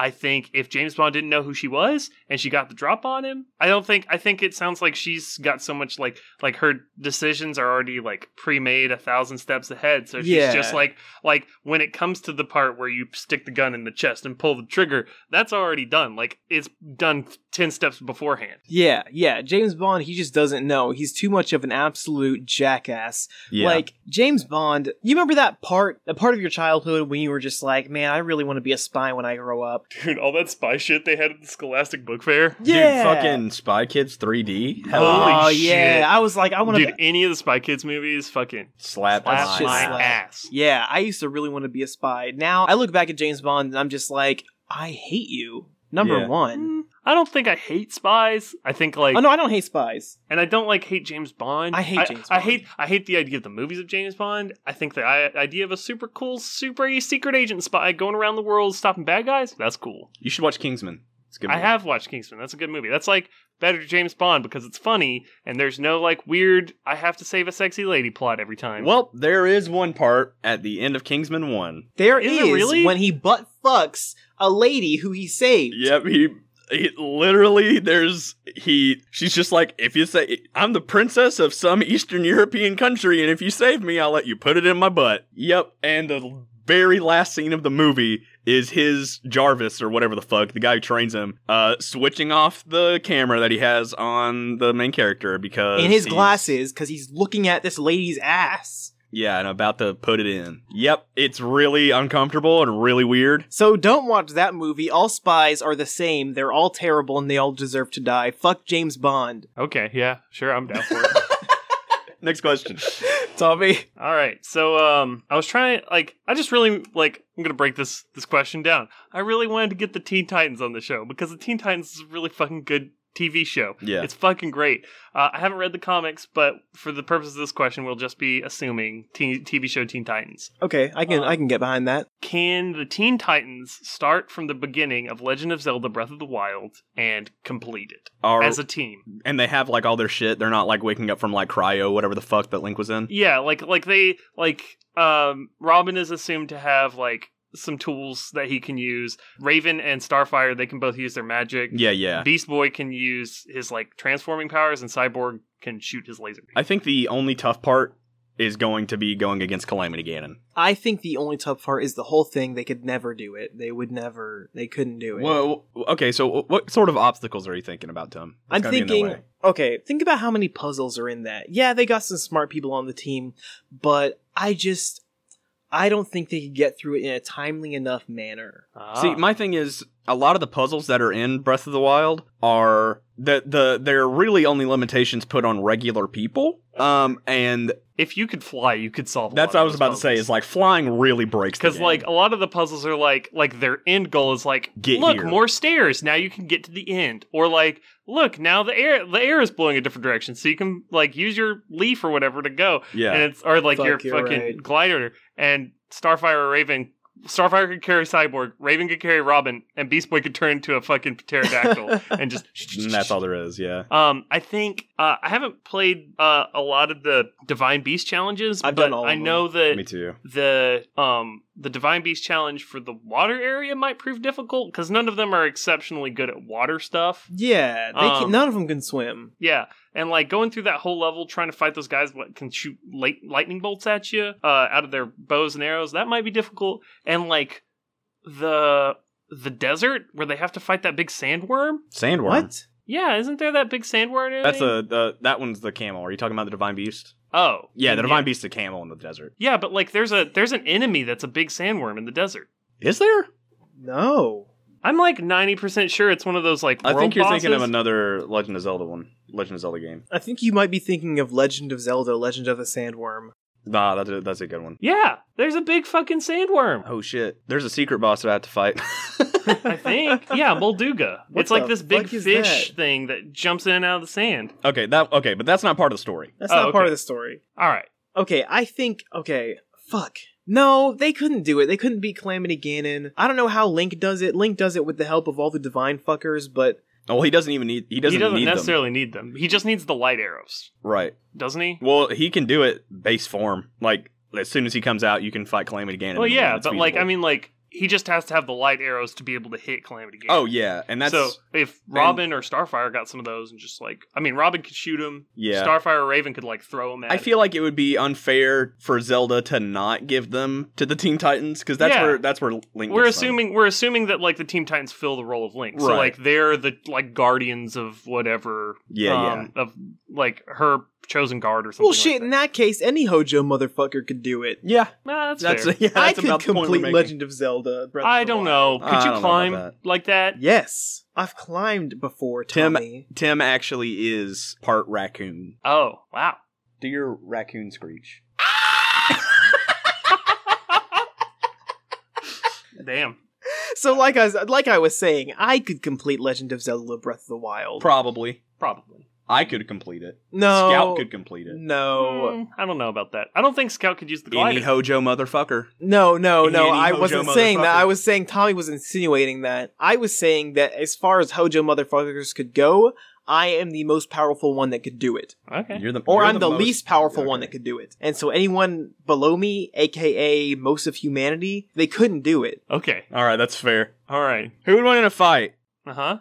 Speaker 2: I think if James Bond didn't know who she was and she got the drop on him, I don't think. I think it sounds like she's got so much like like her decisions are already like pre-made a thousand steps ahead. So she's
Speaker 3: Yeah.
Speaker 2: just like like when it comes to the part where you stick the gun in the chest and pull the trigger, that's already done. Like it's done ten steps beforehand.
Speaker 3: Yeah, yeah. James Bond, he just doesn't know. He's too much of an absolute jackass.
Speaker 1: yeah.
Speaker 3: Like, James Bond, you remember that part, a part of your childhood when you were just like, man, I really want to be a spy when I grow up?
Speaker 2: Dude, all that spy shit they had at the Scholastic Book Fair.
Speaker 1: Dude,
Speaker 3: yeah.
Speaker 1: fucking Spy Kids 3D. Hell
Speaker 2: Holy
Speaker 1: yeah.
Speaker 3: oh,
Speaker 2: shit.
Speaker 3: yeah. I was like, I want to.
Speaker 2: Dude, any of the Spy Kids movies, fucking
Speaker 1: Slap
Speaker 2: slash
Speaker 3: just
Speaker 2: my
Speaker 3: slap.
Speaker 2: ass.
Speaker 3: yeah, I used to really want to be a spy. Now, I look back at James Bond and I'm just like, I hate you. Number
Speaker 1: Yeah.
Speaker 2: Mm,
Speaker 3: one.
Speaker 2: I don't think I hate spies. I think like
Speaker 3: oh no, I don't hate spies.
Speaker 2: and I don't like hate James Bond.
Speaker 3: I hate James
Speaker 2: I
Speaker 3: Bond.
Speaker 2: hate I hate the idea of the movies of James Bond. I think the i- idea of a super cool super secret agent spy going around the world stopping bad guys, that's cool.
Speaker 1: You should watch Kingsman. It's a good.
Speaker 2: I
Speaker 1: movie.
Speaker 2: have watched Kingsman. That's a good movie. That's like better James Bond because it's funny and there's no like weird I have to save a sexy lady plot every time.
Speaker 1: Well, there is one part at the end of Kingsman One.
Speaker 3: There
Speaker 2: Is
Speaker 3: is,
Speaker 2: it really?
Speaker 3: when he butt fucks a lady who he saved.
Speaker 1: Yep, he, he literally there's he. She's just like, if you say I'm the princess of some Eastern European country, and if you save me, I'll let you put it in my butt. Yep, and the very last scene of the movie is his Jarvis or whatever the fuck the guy who trains him, uh, switching off the camera that he has on the main character because
Speaker 3: in his
Speaker 1: he's-
Speaker 3: glasses because he's looking at this lady's ass.
Speaker 1: Yeah, and about to put it in. Yep, it's really uncomfortable and really weird.
Speaker 3: So don't watch that movie. All spies are the same. They're all terrible and they all deserve to die. Fuck James Bond.
Speaker 2: okay, yeah, sure, I'm down for it.
Speaker 1: Next question.
Speaker 3: Tommy.
Speaker 2: All right. So um I was trying like I just really like I'm going to break this this question down. I really wanted to get the Teen Titans on the show because the Teen Titans is a really fucking good TV show.
Speaker 1: Yeah.
Speaker 2: It's fucking great. Uh, I haven't read the comics, but for the purpose of this question, we'll just be assuming teen, TV show Teen Titans.
Speaker 3: Okay, I can
Speaker 2: Uh,
Speaker 3: I can get behind that.
Speaker 2: Can the Teen Titans start from the beginning of Legend of Zelda Breath of the Wild and complete it
Speaker 1: Are-
Speaker 2: as a team?
Speaker 1: and they have like all their shit. They're not like waking up from like cryo, whatever the fuck that Link was in.
Speaker 2: Yeah, like like they like um Robin is assumed to have like some tools that he can use. Raven and Starfire, they can both use their magic.
Speaker 1: Yeah, yeah.
Speaker 2: Beast Boy can use his like transforming powers and Cyborg can shoot his laser.
Speaker 1: I think the only tough part is going to be going against Calamity Ganon.
Speaker 3: I think the only tough part is the whole thing. They could never do it. They would never. They couldn't do it.
Speaker 1: Well, okay. So what sort of obstacles are you thinking about, Tim?
Speaker 3: I'm
Speaker 1: That's gotta be in their
Speaker 3: thinking.
Speaker 1: way.
Speaker 3: Okay, think about how many puzzles are in that. Yeah, they got some smart people on the team, but I just I don't think they could get through it in a timely enough manner.
Speaker 2: Ah.
Speaker 1: See, my thing is a lot of the puzzles that are in Breath of the Wild are the the they're really only limitations put on regular people. Um, and
Speaker 2: if you could fly, you could solve. a
Speaker 1: that's what
Speaker 2: lot
Speaker 1: I
Speaker 2: of
Speaker 1: was
Speaker 2: those
Speaker 1: about to say
Speaker 2: puzzles.
Speaker 1: is like flying really breaks the
Speaker 2: Because
Speaker 1: game.
Speaker 2: like a lot of the puzzles are like like their end goal is like
Speaker 1: Get
Speaker 2: look
Speaker 1: here.
Speaker 2: more stairs now you can get to the end or like look now the air the air is blowing a different direction so you can like use your leaf or whatever to go
Speaker 1: yeah,
Speaker 2: and it's or like
Speaker 3: Fuck,
Speaker 2: your
Speaker 3: you're
Speaker 2: fucking
Speaker 3: right.
Speaker 2: glider and Starfire or Raven. Starfire could carry Cyborg, Raven could carry Robin, and Beast Boy could turn into a fucking pterodactyl and just.
Speaker 1: and Mm, that's all there is. Yeah.
Speaker 2: Um, I think uh, I haven't played uh, a lot of the Divine Beast challenges,
Speaker 3: I've
Speaker 2: but
Speaker 3: done all of
Speaker 2: I
Speaker 3: them.
Speaker 2: know that
Speaker 1: Me too.
Speaker 2: the um the divine beast challenge for the water area might prove difficult because none of them are exceptionally good at water stuff
Speaker 3: Yeah, they
Speaker 2: Um,
Speaker 3: can, none of them can swim.
Speaker 2: yeah and like going through that whole level trying to fight those guys what can shoot light- lightning bolts at you uh out of their bows and arrows that might be difficult and like the the desert where they have to fight that big sandworm
Speaker 1: Sandworm.
Speaker 3: What?
Speaker 2: yeah isn't there that big sandworm and
Speaker 1: That's
Speaker 2: everything?
Speaker 1: a the, that one's the camel. Are you talking about the divine beast?
Speaker 2: oh
Speaker 1: Yeah, the
Speaker 2: yeah.
Speaker 1: divine beast's a camel in the desert.
Speaker 2: yeah but like there's a there's an enemy that's a big sandworm in the desert
Speaker 1: Is there?
Speaker 3: No.
Speaker 2: I'm like 90% sure it's one of those like
Speaker 1: I
Speaker 2: world
Speaker 1: think you're thinking of
Speaker 2: bosses.
Speaker 1: another Legend of Zelda one. Legend of Zelda game.
Speaker 3: I think you might be thinking of Legend of Zelda: Legend of the Sandworm.
Speaker 1: Nah, that's a, that's a good one.
Speaker 2: Yeah, there's a big fucking sandworm.
Speaker 1: Oh shit! There's a secret boss that I have to fight.
Speaker 2: I think. Yeah, Molduga.
Speaker 3: What
Speaker 2: it's like
Speaker 3: the
Speaker 2: this big
Speaker 3: fuck is
Speaker 2: fish
Speaker 3: that?
Speaker 2: thing that jumps in and out of the sand.
Speaker 1: okay, that okay, but that's not part of the story.
Speaker 3: That's
Speaker 2: Oh,
Speaker 3: not
Speaker 2: okay.
Speaker 3: part of the story.
Speaker 2: All right.
Speaker 3: Okay, I think. Okay, fuck. No, they couldn't do it. They couldn't beat Calamity Ganon. I don't know how Link does it. Link does it with the help of all the divine fuckers, but
Speaker 1: Oh, well, he doesn't even need. He doesn't,
Speaker 2: he doesn't
Speaker 1: need
Speaker 2: necessarily need them. He just needs the light arrows,
Speaker 1: them. Right.
Speaker 2: doesn't he?
Speaker 1: Well, he can do it base form. Like as soon as he comes out, you can fight Calamity Ganon.
Speaker 2: Well, yeah,
Speaker 1: That's
Speaker 2: but like,
Speaker 1: feasible.
Speaker 2: I mean, like, he just has to have the light arrows to be able to hit Calamity Ganon.
Speaker 1: Oh yeah, and that's
Speaker 2: so if Robin or Starfire got some of those and just like, I mean, Robin could shoot him.
Speaker 1: yeah.
Speaker 2: Starfire or Raven could like throw him at
Speaker 1: I
Speaker 2: him.
Speaker 1: feel like it would be unfair for Zelda to not give them to the Teen Titans because that's
Speaker 2: Yeah.
Speaker 1: where that's where Link.
Speaker 2: we're
Speaker 1: gets them.
Speaker 2: assuming we're assuming that like the Team Titans fill the role of Link, so
Speaker 1: Right.
Speaker 2: like they're the like guardians of whatever
Speaker 1: Yeah,
Speaker 2: um, of like her chosen guard or something.
Speaker 3: well, shit. in
Speaker 2: Like
Speaker 3: that case, any Hojo motherfucker could do it.
Speaker 1: yeah, yeah.
Speaker 2: that. Nah, that's
Speaker 1: That's,
Speaker 2: fair.
Speaker 1: yeah,
Speaker 3: I
Speaker 1: that's
Speaker 3: could
Speaker 1: about the point we're
Speaker 3: complete
Speaker 1: making.
Speaker 3: Legend of Zelda. Breath of
Speaker 2: I
Speaker 3: the
Speaker 2: don't
Speaker 3: Wild.
Speaker 2: know.
Speaker 1: I
Speaker 2: Could you
Speaker 1: don't know
Speaker 2: climb
Speaker 1: about
Speaker 2: like that?
Speaker 3: Yes, I've climbed before,
Speaker 1: Tim-
Speaker 3: Tommy.
Speaker 1: Tim actually is part raccoon.
Speaker 2: Oh wow.
Speaker 1: Do your raccoon screech.
Speaker 2: Damn.
Speaker 3: So like I was, like I was saying, I could complete Legend of Zelda: Breath of the Wild.
Speaker 1: Probably.
Speaker 2: Probably.
Speaker 1: I could complete it.
Speaker 3: no,
Speaker 1: Scout could complete it.
Speaker 3: no,
Speaker 2: Mm, I don't know about that. I don't think Scout could use the glider.
Speaker 1: Any hojo motherfucker.
Speaker 3: no, no, no.
Speaker 1: Any
Speaker 3: I
Speaker 1: Hojo
Speaker 3: wasn't saying that.
Speaker 1: motherfucker.
Speaker 3: I was saying Tommy was insinuating that. I was saying that as far as Hojo motherfuckers could go, I am the most powerful one that could do it,
Speaker 2: okay.
Speaker 1: You're the
Speaker 3: or
Speaker 1: you're
Speaker 3: I'm the,
Speaker 1: most-
Speaker 3: least powerful
Speaker 1: okay.
Speaker 3: one that could do it. And so anyone below me, aka most of humanity, they couldn't do it.
Speaker 2: Okay.
Speaker 1: All right, that's fair.
Speaker 2: All right.
Speaker 1: Who would win in a fight?
Speaker 2: Uh huh.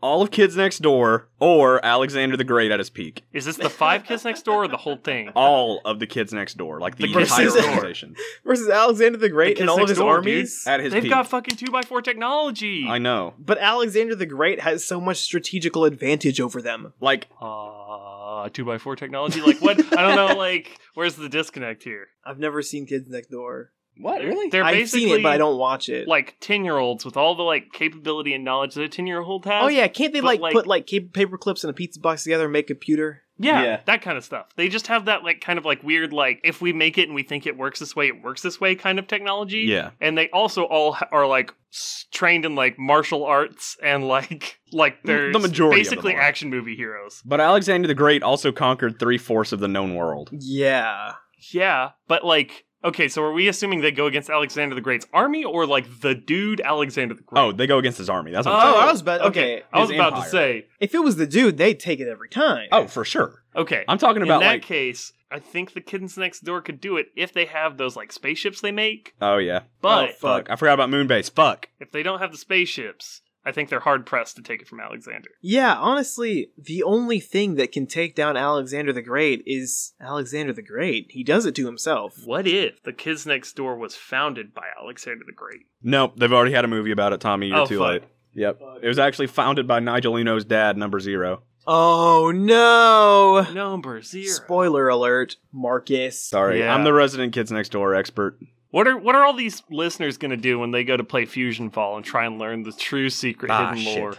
Speaker 1: All of Kids Next Door or Alexander the Great at his peak?
Speaker 2: Is this the five kids next door or the whole thing?
Speaker 1: All of the Kids Next Door, like the,
Speaker 2: The
Speaker 3: Kids
Speaker 1: entire
Speaker 3: Next Door.
Speaker 1: organization
Speaker 3: Versus Alexander the Great
Speaker 2: The
Speaker 3: and
Speaker 2: kids
Speaker 3: all of
Speaker 2: next
Speaker 3: his
Speaker 2: door,
Speaker 3: armies.
Speaker 1: at his
Speaker 2: They've
Speaker 1: peak.
Speaker 2: got fucking two by four technology.
Speaker 1: I know.
Speaker 3: But Alexander the Great has so much strategical advantage over them.
Speaker 1: Like
Speaker 2: Ah, two by four technology. Like what? I don't know. Like where's the disconnect here?
Speaker 3: I've never seen Kids Next Door.
Speaker 1: what?
Speaker 2: They're
Speaker 3: I've
Speaker 2: basically
Speaker 3: seen it, but I don't watch it.
Speaker 2: like ten year olds with all the like capability and knowledge that a ten year old has.
Speaker 3: oh yeah, can't they
Speaker 2: but,
Speaker 3: like,
Speaker 2: like-
Speaker 3: put like cap- paper clips and a pizza box together and make a computer?
Speaker 2: yeah,
Speaker 1: Yeah.
Speaker 2: that kind of stuff. They just have that like kind of like weird like if we make it and we think it works this way, it works this way kind of technology.
Speaker 1: Yeah.
Speaker 2: and they also all ha- are like s- trained in like martial arts and like like they're
Speaker 1: The majority of them
Speaker 2: basically
Speaker 1: are.
Speaker 2: action movie heroes.
Speaker 1: But Alexander the Great also conquered three fourths of the known world.
Speaker 3: Yeah,
Speaker 2: Yeah, but like okay, so are we assuming they go against Alexander the Great's army or like the dude Alexander the Great?
Speaker 1: Oh, they go against his army. That's what
Speaker 3: Oh,
Speaker 1: I'm saying.
Speaker 3: I was about- okay,
Speaker 2: I was
Speaker 1: his
Speaker 2: about
Speaker 1: empire.
Speaker 2: to say
Speaker 3: if it was the dude, they'd take it every time.
Speaker 1: Oh, for sure.
Speaker 2: okay.
Speaker 1: I'm talking about
Speaker 2: in that
Speaker 1: like.
Speaker 2: case, I think the kids next door could do it if they have those like spaceships they make.
Speaker 1: Oh yeah.
Speaker 2: But
Speaker 3: Oh,
Speaker 1: Fuck. I forgot about Moonbase. Fuck.
Speaker 2: if they don't have the spaceships, I think they're hard pressed to take it from Alexander.
Speaker 3: Yeah, honestly, the only thing that can take down Alexander the Great is Alexander the Great. He does it to himself.
Speaker 2: What if the kids next door was founded by Alexander the Great?
Speaker 1: Nope. They've already had a movie about it. Tommy, you're
Speaker 2: Oh,
Speaker 1: too
Speaker 2: fuck.
Speaker 1: late. Yep. It was actually founded by Nigelino's dad, Number Zero.
Speaker 3: Oh no!
Speaker 2: Number zero.
Speaker 3: Spoiler alert, Marcus.
Speaker 1: Sorry,
Speaker 2: Yeah.
Speaker 1: I'm the resident Kids Next Door expert.
Speaker 2: What are what are all these listeners going to do when they go to play Fusion Fall and try and learn the true secret
Speaker 1: Ah,
Speaker 2: hidden
Speaker 1: shit.
Speaker 2: lore?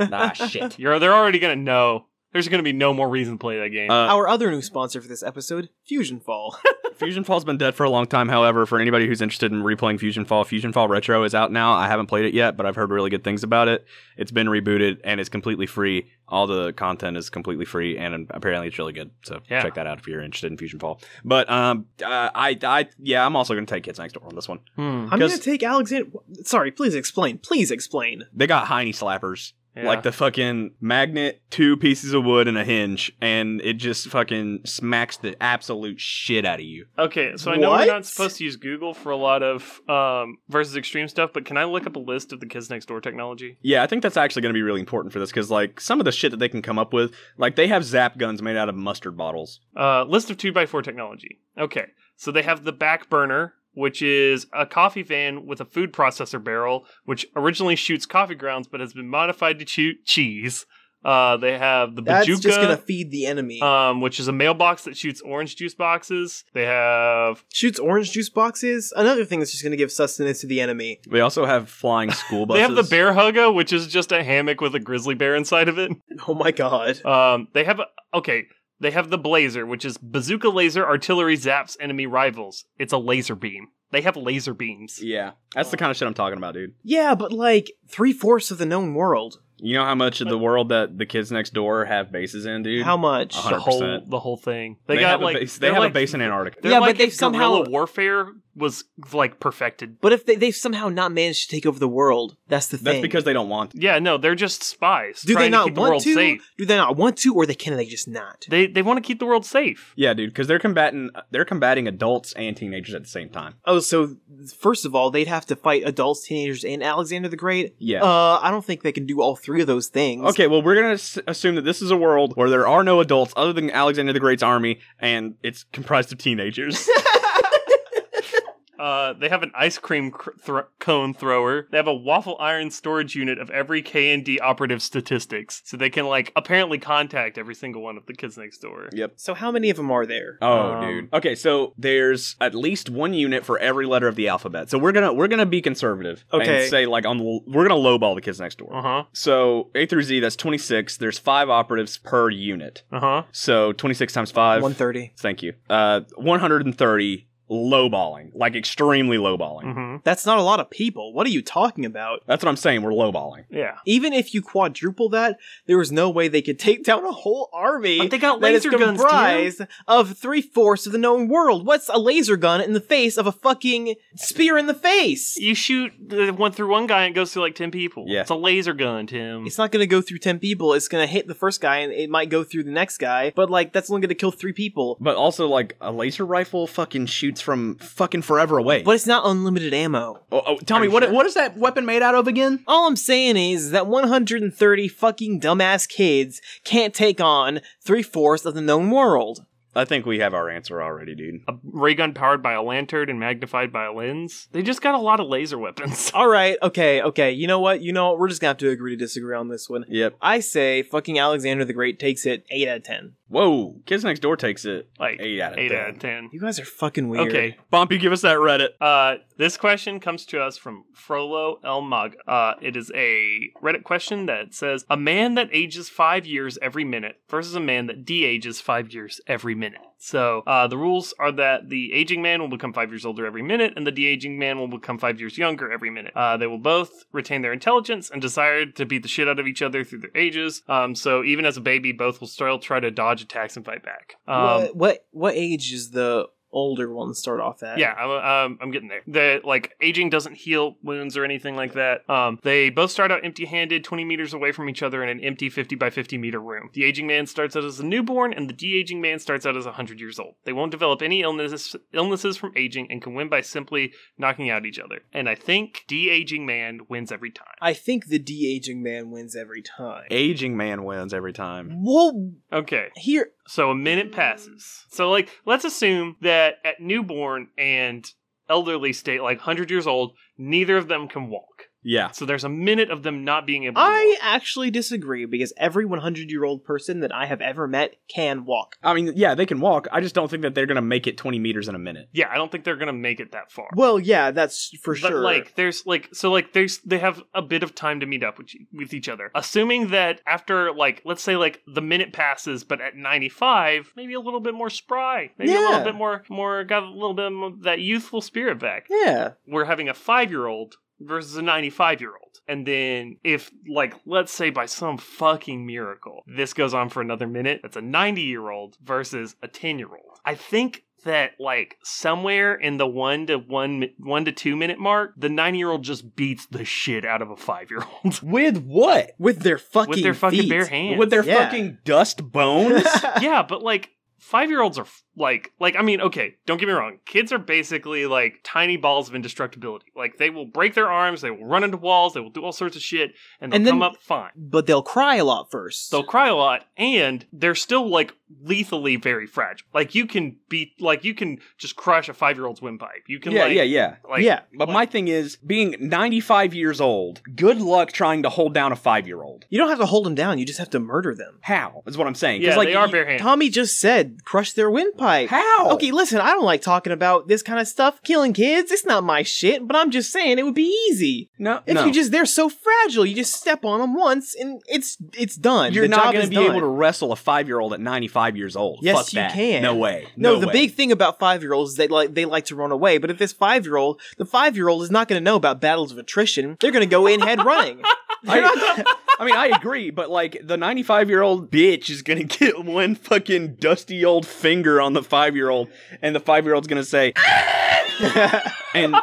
Speaker 1: ah shit.
Speaker 2: You're they're already going to know. There's going to be no more reason to play that game.
Speaker 1: Uh,
Speaker 3: Our other new sponsor for this episode, Fusion Fall.
Speaker 1: Fusion Fall's been dead for a long time. However, for anybody who's interested in replaying Fusion Fall, Fusion Fall Retro is out now. I haven't played it yet, but I've heard really good things about it. It's been rebooted and it's completely free. All the content is completely free, and apparently it's really good. So
Speaker 2: Yeah.
Speaker 1: check that out if you're interested in Fusion Fall. But um, uh, I, I, yeah, I'm also gonna take Kids Next Door on this one.
Speaker 2: Hmm.
Speaker 3: I'm gonna
Speaker 1: Because-
Speaker 3: take Alexander. Sorry, please explain. Please explain.
Speaker 1: They got Heiny slappers.
Speaker 2: Yeah.
Speaker 1: Like the fucking magnet, two pieces of wood, and a hinge, and it just fucking smacks the absolute shit out of you.
Speaker 2: Okay, so I know we're
Speaker 3: What?
Speaker 2: not supposed to use Google for a lot of um, versus extreme stuff, but can I look up a list of the kids next door technology?
Speaker 1: Yeah, I think that's actually going to be really important for this because, like, some of the shit that they can come up with, like, they have zap guns made out of mustard bottles.
Speaker 2: Uh, list of two by four technology. Okay, so they have the back burner, which is a coffee van with a food processor barrel, which originally shoots coffee grounds but has been modified to shoot cheese. Uh, they have the
Speaker 3: That's
Speaker 2: bajuka,
Speaker 3: just gonna feed the enemy.
Speaker 2: um, which is a mailbox that shoots orange juice boxes. They have
Speaker 3: Shoots orange juice boxes. Another thing that's just gonna give sustenance to the enemy.
Speaker 1: They also have flying school buses.
Speaker 2: they have the bear hugger, which is just a hammock with a grizzly bear inside of it.
Speaker 3: Oh my god.
Speaker 2: Um, they have a, okay. They have the blazer, which is bazooka laser artillery zaps enemy rivals. It's a laser beam. They have laser beams.
Speaker 1: Yeah, that's the kind of shit I'm talking about, dude.
Speaker 3: Yeah, but like three fourths of the known world.
Speaker 1: You know how much of the world that the kids next door have bases in, dude?
Speaker 3: How much?
Speaker 1: Uh-huh.
Speaker 2: The whole
Speaker 1: 100%.
Speaker 2: the whole thing. They,
Speaker 1: have
Speaker 2: got
Speaker 1: a
Speaker 2: like
Speaker 1: base, they
Speaker 2: they're
Speaker 1: have
Speaker 2: like,
Speaker 1: a base in Antarctica.
Speaker 2: They're
Speaker 3: Yeah, but
Speaker 2: like
Speaker 3: they've
Speaker 2: if
Speaker 3: somehow-
Speaker 2: guerrilla warfare was like perfected.
Speaker 3: But if they, they've somehow not managed to take over the world, that's the thing.
Speaker 1: That's because they don't want. To.
Speaker 2: Yeah, no, they're just spies
Speaker 3: do
Speaker 2: trying
Speaker 3: they not
Speaker 2: to keep the
Speaker 3: want
Speaker 2: world
Speaker 3: to?
Speaker 2: safe.
Speaker 3: Do they not want to, or they can they just not?
Speaker 2: They they want to keep the world safe.
Speaker 1: Yeah, dude, because they're combating they're combating adults and teenagers at the same time.
Speaker 3: Oh, so first of all, they'd have to fight adults, teenagers, and Alexander the Great.
Speaker 1: Yeah.
Speaker 2: Um,
Speaker 3: Uh, I don't think they can do all three of those things.
Speaker 1: Okay, well, we're gonna s- assume that this is a world where there are no adults other than Alexander the Great's army, and it's comprised of teenagers.
Speaker 2: Uh, they have an ice cream cr- thro- cone thrower. They have a waffle iron storage unit of every K and D operative statistics, so they can like apparently contact every single one of the kids next door.
Speaker 1: yep.
Speaker 3: So how many of them are there?
Speaker 1: Oh,
Speaker 2: Um,
Speaker 1: dude. Okay, so there's at least one unit for every letter of the alphabet. So we're gonna we're gonna be conservative.
Speaker 3: Okay.
Speaker 1: And say like on the, we're gonna lowball the kids next door.
Speaker 2: Uh huh.
Speaker 1: So A through Z, that's 26. There's five operatives per unit.
Speaker 2: Uh huh.
Speaker 1: So 26 times five.
Speaker 3: One thirty.
Speaker 1: Thank you. Uh, 130 lowballing, like extremely lowballing.
Speaker 2: Mm-hmm.
Speaker 3: That's not a lot of people. What are you talking about?
Speaker 1: That's what I'm saying. We're lowballing.
Speaker 2: Yeah.
Speaker 3: Even if you quadruple that, there was no way they could take down a whole army.
Speaker 2: But they got
Speaker 3: that is
Speaker 2: laser guns,
Speaker 3: comprised of three fourths of the known world. What's a laser gun in the face of a fucking spear in the face?
Speaker 2: You shoot the one through one guy and it goes through like 10 people.
Speaker 1: Yeah.
Speaker 2: It's a laser gun, Tim.
Speaker 3: It's not going to go through 10 people. It's going to hit the first guy and it might go through the next guy, but like that's only going to kill three people.
Speaker 1: But also, like a laser rifle, fucking shoots from fucking forever away.
Speaker 3: But it's not unlimited ammo.
Speaker 1: Oh, oh, tell
Speaker 2: Are
Speaker 1: me
Speaker 2: you
Speaker 1: what
Speaker 2: sure?
Speaker 1: what is that weapon made out of again?
Speaker 3: All I'm saying is that 130 fucking dumbass kids can't take on three fourths of the known world.
Speaker 1: I think we have our answer already, dude.
Speaker 2: a ray gun powered by a lantern and magnified by a lens. They just got a lot of laser weapons.
Speaker 3: All right, okay, okay. You know what? You know what? We're just gonna have to agree to disagree on this one.
Speaker 1: Yep.
Speaker 3: I say fucking Alexander the Great takes it eight out of ten.
Speaker 1: Whoa. Kids next door takes it.
Speaker 2: Like
Speaker 1: Eight out of
Speaker 2: eight
Speaker 1: 10.
Speaker 2: out of ten.
Speaker 3: You guys are fucking weird.
Speaker 2: Okay.
Speaker 1: Bumpy, give us that Reddit.
Speaker 2: Uh, this question comes to us from Frollo El Mag. Uh, it is a Reddit question that says A man that ages five years every minute versus a man that de ages five years every minute. So uh, the rules are that the aging man will become five years older every minute, and the de aging man will become five years younger every minute. Uh, they will both retain their intelligence and desire to beat the shit out of each other through their ages. Um, so even as a baby, both will still try to dodge attacks and fight back. Um,
Speaker 3: what, what what age is the older one start off at?
Speaker 2: yeah, I'm, um, I'm getting there. The like aging doesn't heal wounds or anything like that. Um, they both start out empty-handed, 20 meters away from each other in an empty 50 by 50 meter room. The aging man starts out as a newborn, and the de-aging man starts out as 100 years old. They won't develop any illnesses illnesses from aging and can win by simply knocking out each other. And I think de-aging man wins every time.
Speaker 3: I think the de aging man wins every time.
Speaker 1: Aging man wins every time.
Speaker 3: Whoa,
Speaker 2: Okay,
Speaker 3: here
Speaker 2: so a minute passes. So like, let's assume that at newborn and elderly state, like 100 years old, neither of them can walk.
Speaker 1: Yeah.
Speaker 2: So there's a minute of them not being able. To
Speaker 3: I
Speaker 2: walk.
Speaker 3: actually disagree because every 100 year old person that I have ever met can walk.
Speaker 1: I mean, yeah, they can walk. I just don't think that they're gonna make it 20 meters in a minute.
Speaker 2: yeah, I don't think they're gonna make it that far.
Speaker 3: Well, yeah, that's for
Speaker 2: but
Speaker 3: sure.
Speaker 2: like, there's like, so like, there's they have a bit of time to meet up with you, with each other. Assuming that after like, let's say like the minute passes, but at 95, maybe a little bit more spry, maybe a
Speaker 3: Yeah.
Speaker 2: little bit more more got a little bit more of that youthful spirit back.
Speaker 3: yeah,
Speaker 2: We're having a five year old versus a 95 year old. And then, if, like, let's say by some fucking miracle, this goes on for another minute, that's a 90 year old versus a 10 year old. I think that, like, somewhere in the one to one, mi- one to two minute mark, the 90 year old just beats the shit out of a five year old
Speaker 1: With what?
Speaker 3: with their fucking
Speaker 2: with their fucking
Speaker 3: feet.
Speaker 2: bare hands.
Speaker 1: With their
Speaker 3: Yeah.
Speaker 1: fucking dust bones?
Speaker 2: yeah, but like five year olds are f- like like I mean, okay, don't get me wrong. Kids are basically like tiny balls of indestructibility. Like they will break their arms, they will run into walls, they will do all sorts of shit, and they'll
Speaker 3: And then-
Speaker 2: come up fine.
Speaker 3: but they'll cry a lot first.
Speaker 2: They'll cry a lot, and they're still like lethally very fragile. Like you can beat, like you can just crush a five year old's windpipe. You can
Speaker 1: yeah,
Speaker 2: like,
Speaker 1: yeah, yeah.
Speaker 2: like
Speaker 3: yeah,
Speaker 1: But my thing is, being 95 years old, good luck trying to hold down a five year old.
Speaker 3: you don't have to hold them down. You just have to murder them.
Speaker 1: How? Is what I'm saying. 'Cause,
Speaker 2: yeah,
Speaker 1: like,
Speaker 2: they are
Speaker 1: you-
Speaker 2: bare hands.
Speaker 3: Tommy just said, crush their windpipe.
Speaker 1: How?
Speaker 3: Okay, listen, I don't like talking about this kind of stuff. Killing kids, it's not my shit, but I'm just saying it would be easy.
Speaker 1: No,
Speaker 3: If
Speaker 1: no.
Speaker 3: you just, they're so fragile, you just step on them once and it's it's done.
Speaker 1: You're
Speaker 3: The
Speaker 1: not
Speaker 3: job
Speaker 1: going
Speaker 3: is
Speaker 1: to be
Speaker 3: done.
Speaker 1: able to wrestle a five year old at 95 years old.
Speaker 3: Yes,
Speaker 1: Fuck
Speaker 3: you
Speaker 1: that.
Speaker 3: can.
Speaker 1: No way.
Speaker 3: No,
Speaker 1: No,
Speaker 3: the
Speaker 1: way.
Speaker 3: big thing about five year olds is they like they like to run away, but if this five year old, the five year old is not gonna know about battles of attrition. They're gonna go in head running. They're
Speaker 1: I, I mean, I agree, but like the 95 year old bitch is going to get one fucking dusty old finger on the five year old, and the five year old's going to say,
Speaker 3: not-
Speaker 1: and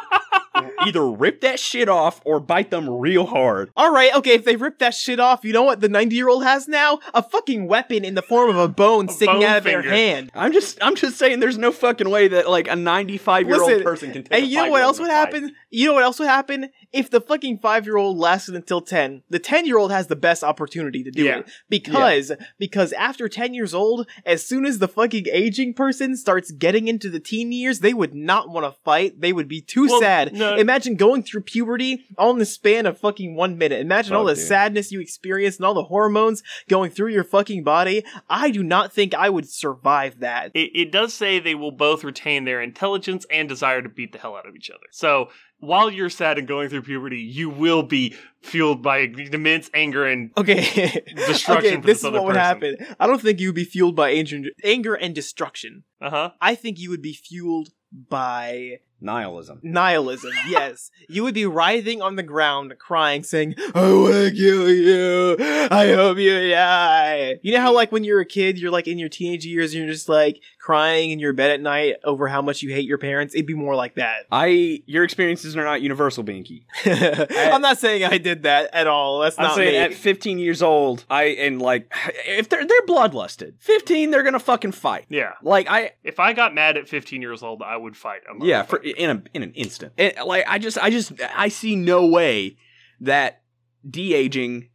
Speaker 1: either rip that shit off or bite them real hard.
Speaker 3: All right, okay, if they rip that shit off, you know what the 90 year old has now? A fucking weapon in the form of a bone sticking
Speaker 2: bone
Speaker 3: out of their
Speaker 2: finger.
Speaker 3: hand.
Speaker 1: I'm just, I'm just saying, there's no fucking way that like a 95 year old
Speaker 3: Listen,
Speaker 1: person can. Take
Speaker 3: And
Speaker 1: a
Speaker 3: you know what
Speaker 1: five-year-old
Speaker 3: else
Speaker 1: in a
Speaker 3: would
Speaker 1: fight.
Speaker 3: happen? You know what else would happen? If the fucking five year old lasted until 10, the 10 year old has the best opportunity to do
Speaker 2: Yeah.
Speaker 3: it. Because, because after 10 years old, as soon as the fucking aging person starts getting into the teen years, they would not want to fight. They would be too
Speaker 2: Well,
Speaker 3: sad.
Speaker 2: no.
Speaker 3: Imagine going through puberty all in the span of fucking one minute. Imagine all
Speaker 1: Fuck,
Speaker 3: the
Speaker 1: Oh, dude.
Speaker 3: sadness you experience and all the hormones going through your fucking body. I do not think I would survive that.
Speaker 2: It, it does say they will both retain their intelligence and desire to beat the hell out of each other. So while you're sad and going through puberty, you will be fueled by immense anger and
Speaker 3: Okay.
Speaker 2: Destruction
Speaker 3: okay,
Speaker 2: for
Speaker 3: this
Speaker 2: this
Speaker 3: is
Speaker 2: other
Speaker 3: what would
Speaker 2: person.
Speaker 3: happen. I don't think you would be fueled by anger, anger and destruction.
Speaker 2: uh huh.
Speaker 3: I think you would be fueled by
Speaker 1: Nihilism.
Speaker 3: nihilism. yes, you would be writhing on the ground, crying, saying, "I want to kill you. I hope you die." You know how, like, when you're a kid, you're like in your teenage years, and you're just like crying in your bed at night over how much you hate your parents. It'd be more like that.
Speaker 1: I your experiences are not universal, Binky.
Speaker 3: I'm not saying I did that at all. That's
Speaker 1: I'm
Speaker 3: not
Speaker 1: saying
Speaker 3: me.
Speaker 1: at 15 years old, I and like if they're they're bloodlusted. 15, they're gonna fucking fight.
Speaker 2: Yeah.
Speaker 1: Like I
Speaker 2: If I got mad at 15 years old, I would fight. A
Speaker 1: yeah
Speaker 2: motherfucker.
Speaker 1: for in a in an instant. It, like I just I just I see no way that de aging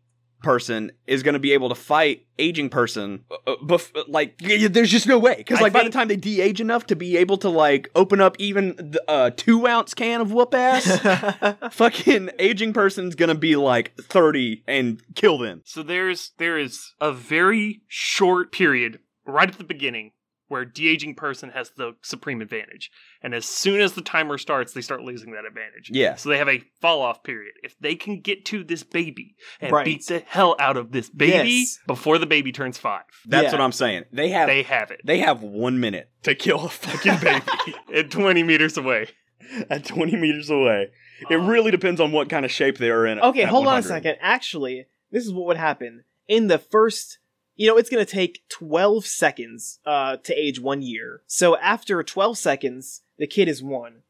Speaker 1: person is gonna be able to fight aging person. Uh, bef- like y- y- there's just no way because
Speaker 2: I
Speaker 1: like by the
Speaker 2: think-
Speaker 1: time they de age enough to be able to like open up even the uh, two ounce can of whoop ass. Fucking aging person's gonna be like 30 and kill them.
Speaker 2: So there's there is a very short period right at the beginning where de-aging person has the supreme advantage. And as soon as the timer starts, they start losing that advantage.
Speaker 1: Yeah.
Speaker 2: So they have a fall off period. If they can get to this baby and
Speaker 3: Right.
Speaker 2: beat the hell out of this baby
Speaker 3: Yes.
Speaker 2: before the baby turns five,
Speaker 1: That's
Speaker 3: Yeah.
Speaker 1: what I'm saying. They have
Speaker 2: they
Speaker 1: they,
Speaker 2: have it.
Speaker 1: have one minute to kill a fucking baby
Speaker 2: At 20 meters away.
Speaker 1: at 20 meters away. It really depends on what kind of shape they are in.
Speaker 3: Um, Okay,
Speaker 1: at
Speaker 3: hold on a
Speaker 1: 100.
Speaker 3: second. Actually, this is what would happen in the first. You know, it's going to take 12 seconds uh, to age one year. So after 12 seconds, the kid is one.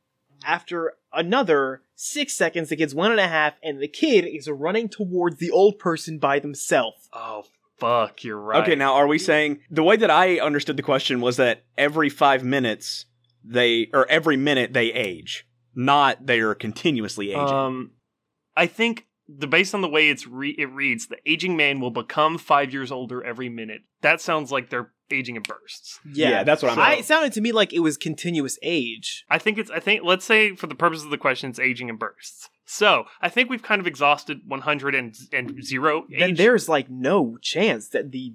Speaker 3: After another six seconds, the kid's one and a half, and the kid is running towards the old person by themselves.
Speaker 2: Oh, fuck, you're right.
Speaker 1: Okay, now are we saying the way that I understood the question was that every five minutes they or every minute they age, not they are continuously
Speaker 3: Uh,
Speaker 1: aging.
Speaker 2: Um, I think the based on the way it's re- it reads, the aging man will become five years older every minute. That sounds like they're aging in bursts.
Speaker 1: yeah. that's what I'm.
Speaker 3: I, it sounded to me like it was continuous age.
Speaker 2: I think it's. I think let's say for the purpose of the question, it's aging in bursts. So I think we've kind of exhausted one hundred and and zero.
Speaker 3: then
Speaker 2: age.
Speaker 3: there's like no chance that the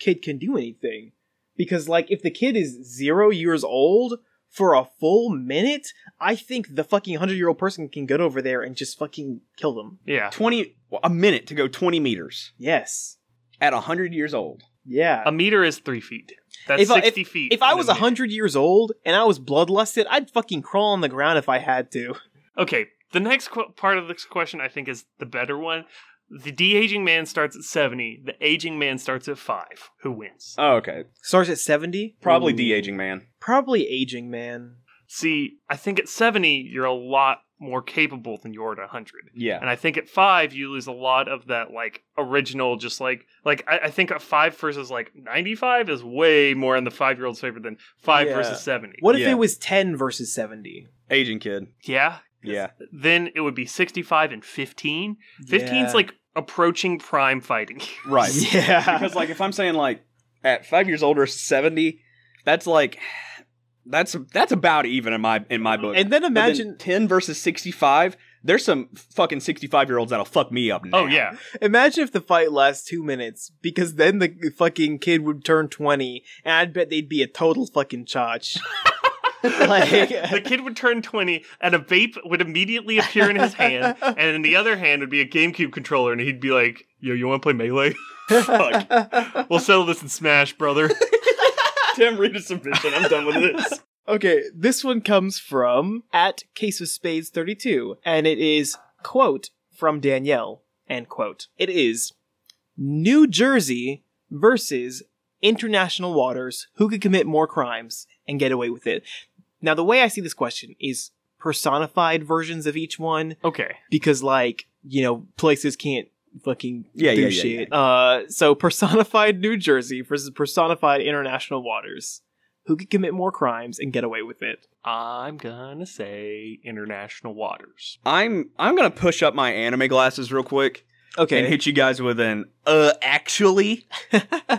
Speaker 3: kid can do anything because like if the kid is zero years old for a full minute i think the fucking 100 year old person can get over there and just fucking kill them
Speaker 2: yeah.
Speaker 1: twenty well, a minute to go twenty meters
Speaker 3: yes
Speaker 1: at hundred years old.
Speaker 3: yeah
Speaker 2: A meter is three feet. That's
Speaker 3: If I-
Speaker 2: sixty feet.
Speaker 3: if i
Speaker 2: in
Speaker 3: was
Speaker 2: Um, a minute.
Speaker 3: 100 years old and i was bloodlusted i'd fucking crawl on the ground if i had to
Speaker 2: Okay, the next qu- part of this question I think is the better one. The de aging man starts at seventy. The aging man starts at five. Who wins?
Speaker 1: Oh, okay,
Speaker 3: starts at 70
Speaker 1: probably
Speaker 3: Ooh.
Speaker 1: de aging, man.
Speaker 3: probably aging man
Speaker 2: See, I think at 70, you're a lot more capable than you are at 100.
Speaker 1: Yeah,
Speaker 2: And I think at five, you lose a lot of that, like, original, just like, like, I, I think a five versus, like, 95 is way more in the five year old's favor than five
Speaker 3: Yeah.
Speaker 2: versus 70.
Speaker 3: what if
Speaker 1: Yeah.
Speaker 3: it was 10 versus 70
Speaker 1: aging kid.
Speaker 2: Yeah.
Speaker 1: Yeah.
Speaker 2: Then it would be 65 and 15. 15's
Speaker 3: Yeah.
Speaker 2: like approaching prime fighting.
Speaker 1: Right.
Speaker 3: yeah
Speaker 1: because like if I'm saying like at five years older, seventy, that's like that's that's about even in my in my book.
Speaker 3: and then
Speaker 1: But then
Speaker 3: imagine
Speaker 1: ten versus sixty five. There's some fucking sixty five year olds that'll fuck me up. Now.
Speaker 2: oh, yeah.
Speaker 3: Imagine if the fight lasts two minutes, because then the fucking kid would turn 20, and I'd bet they'd be a total fucking chotch.
Speaker 2: the
Speaker 3: like,
Speaker 2: kid would turn 20 and a vape would immediately appear in his hand and in the other hand would be a gamecube controller and he'd be like yo you want to play melee fuck. we'll settle this in smash brother
Speaker 1: Tim, read a submission. I'm done with this.
Speaker 3: okay, this one comes from at Case of Spades 32, and it is, quote, from Danielle, end quote. It is New Jersey versus international waters who could commit more crimes and get away with it. Now, the way I see this question is personified versions of each one.
Speaker 2: okay
Speaker 3: because like you know places can't fucking
Speaker 1: Yeah,
Speaker 3: do
Speaker 1: yeah, yeah,
Speaker 3: shit. Uh, so personified New Jersey versus personified international waters. Who could commit more crimes and get away with it?
Speaker 2: i'm gonna say international waters
Speaker 1: I'm I'm gonna push up my anime glasses real quick and
Speaker 3: Okay,
Speaker 1: hit you guys with an uh actually,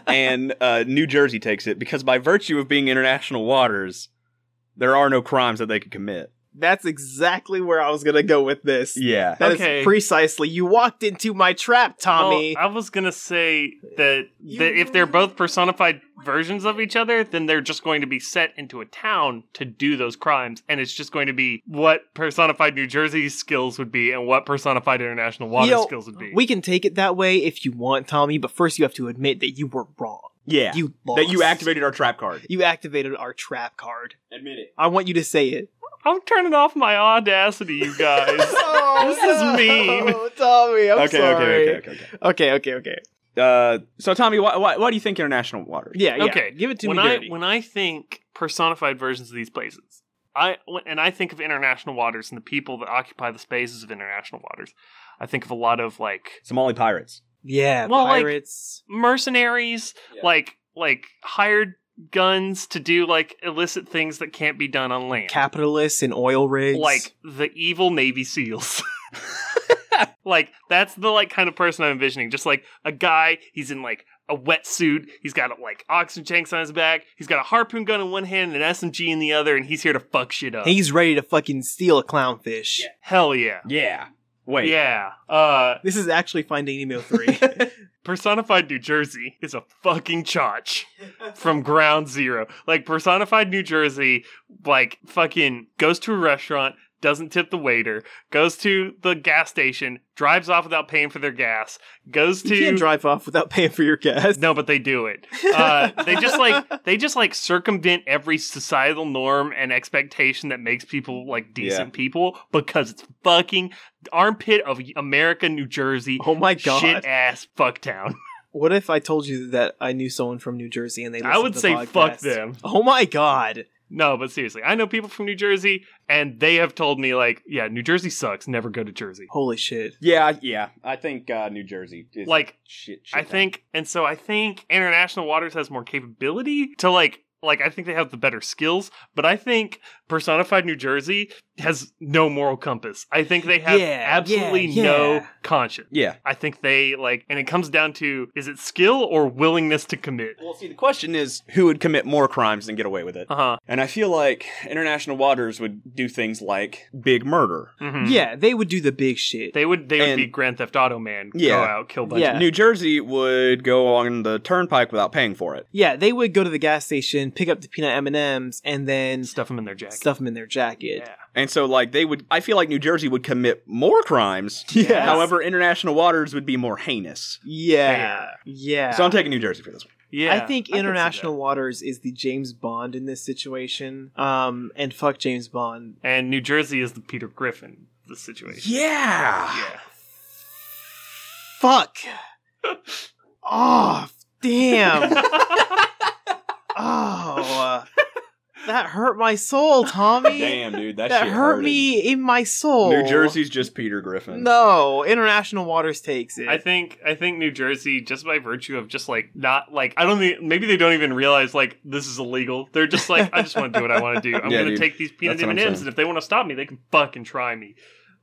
Speaker 1: and uh, New Jersey takes it because by virtue of being international waters, there are no crimes that they could commit.
Speaker 3: that's exactly where I was gonna go with this.
Speaker 1: Yeah,
Speaker 3: That is
Speaker 2: Okay.
Speaker 3: precisely. You walked into my trap, Tommy.
Speaker 2: Well, i was gonna say that,
Speaker 3: You-
Speaker 2: that if they're both personified versions of each other then they're just going to be set into a town to do those crimes and it's just going to be what personified new jersey skills would be and what personified international water
Speaker 3: Yo,
Speaker 2: skills would be
Speaker 3: we can take it that way if you want, Tommy, but first you have to admit that you were wrong.
Speaker 1: Yeah.
Speaker 3: You lost.
Speaker 1: that you activated our trap card.
Speaker 3: You activated our trap card.
Speaker 1: Admit it.
Speaker 3: I want you to say it.
Speaker 2: I'm turning off my audacity, you guys. This is Oh, no, mean.
Speaker 3: Tommy. I'm
Speaker 1: okay, okay, okay, okay, okay.
Speaker 3: okay, okay, okay.
Speaker 1: Uh, so Tommy, why, why, why do you think international water?
Speaker 3: Yeah, yeah.
Speaker 2: Okay,
Speaker 3: give it to
Speaker 2: when
Speaker 3: me.
Speaker 2: I
Speaker 3: dirty.
Speaker 2: when I think personified versions of these places, I and I think of international waters and the people that occupy the spaces of international waters. I think of a lot of like
Speaker 1: Somali pirates.
Speaker 3: yeah,
Speaker 2: Well, like-
Speaker 3: pirates.
Speaker 2: mercenaries,
Speaker 1: Yeah.
Speaker 2: like like hired guns to do like illicit things that can't be done on land.
Speaker 3: capitalists and oil rigs.
Speaker 2: like the evil Navy SEALs. like that's the like kind of person I'm envisioning. Just like a guy, he's in like a wetsuit. He's got like oxygen tanks on his back. He's got a harpoon gun in one hand and an SMG in the other, and he's here to fuck shit up.
Speaker 3: he's ready to fucking steal a clownfish.
Speaker 2: Hell uh, yeah.
Speaker 1: Yeah. Wait.
Speaker 2: Yeah. Uh
Speaker 3: This is actually Finding Nemo three.
Speaker 2: personified New Jersey is a fucking chotch from ground zero. Like personified New Jersey like fucking goes to a restaurant, doesn't tip the waiter, goes to the gas station, drives off without paying for their gas, goes
Speaker 3: you can't
Speaker 2: to
Speaker 3: drive off without paying for your gas.
Speaker 2: no, but they do it. Uh, they just like they just like circumvent every societal norm and expectation that makes people like decent people because it's fucking armpit of America, New Jersey,
Speaker 3: Oh my god!
Speaker 2: shit ass fucktown.
Speaker 3: What if I told you that I knew someone from New Jersey and they? listened
Speaker 2: I would
Speaker 3: to the
Speaker 2: say fuck
Speaker 3: podcast?
Speaker 2: them.
Speaker 3: Oh my god!
Speaker 2: No, but seriously, I know people from New Jersey, and they have told me like, yeah, New Jersey sucks. Never go to Jersey.
Speaker 3: Holy shit!
Speaker 1: Yeah. Yeah. I think uh, New Jersey is
Speaker 2: Like,
Speaker 1: shit. shit
Speaker 2: I think, and so I think International Waters has more capability to like, like I think they have the better skills, but I think Personified New Jersey has no moral compass. I think they have
Speaker 3: Yeah,
Speaker 2: absolutely
Speaker 3: yeah,
Speaker 2: no
Speaker 3: yeah.
Speaker 2: conscience.
Speaker 1: Yeah.
Speaker 2: I think they like, and it comes down to is it skill or willingness to commit?
Speaker 1: Well, see, the question is who would commit more crimes and get away with it?
Speaker 2: Uh huh.
Speaker 1: And I feel like international waters would do things like big murder.
Speaker 3: Yeah, they would do the big shit.
Speaker 2: Hmm. mm-hmm. They would. They would
Speaker 1: And-
Speaker 2: be Grand Theft Auto man.
Speaker 1: Yeah.
Speaker 2: Go out, kill a bunch of
Speaker 3: Yeah.
Speaker 1: New Jersey would go on the turnpike without paying for it.
Speaker 3: yeah, they would go to the gas station, pick up the peanut M and M's, and then
Speaker 2: and stuff them in their jacket.
Speaker 3: stuff them in their jacket.
Speaker 2: Yeah.
Speaker 1: And so, like, they would, I feel like New Jersey would commit more crimes.
Speaker 3: Yeah.
Speaker 1: However, international waters would be more heinous.
Speaker 3: Yeah,
Speaker 2: Fair.
Speaker 3: yeah.
Speaker 1: So I'm taking New Jersey for this one.
Speaker 2: Yeah,
Speaker 3: I think
Speaker 2: could see
Speaker 3: International
Speaker 2: that.
Speaker 3: Waters is the James Bond in this situation. Um, and fuck James Bond.
Speaker 2: and New Jersey is the Peter Griffin of the situation.
Speaker 1: Yeah.
Speaker 2: Yeah,
Speaker 3: Fuck. oh, damn. oh, uh, that hurt my soul, Tommy.
Speaker 1: dude.
Speaker 3: that hurt me in my soul.
Speaker 1: New Jersey's just Peter Griffin.
Speaker 3: No, International Waters takes it.
Speaker 2: I think I think New Jersey just by virtue of just like not like I don't think maybe they don't even realize like this is illegal. They're just like I just want to do what I want to do. I'm
Speaker 1: Yeah,
Speaker 2: going to
Speaker 1: dude.
Speaker 2: take these peanut
Speaker 1: That's what
Speaker 2: M
Speaker 1: I'm
Speaker 2: and M's,
Speaker 1: saying.
Speaker 2: and if they want to stop me, they can fucking try me.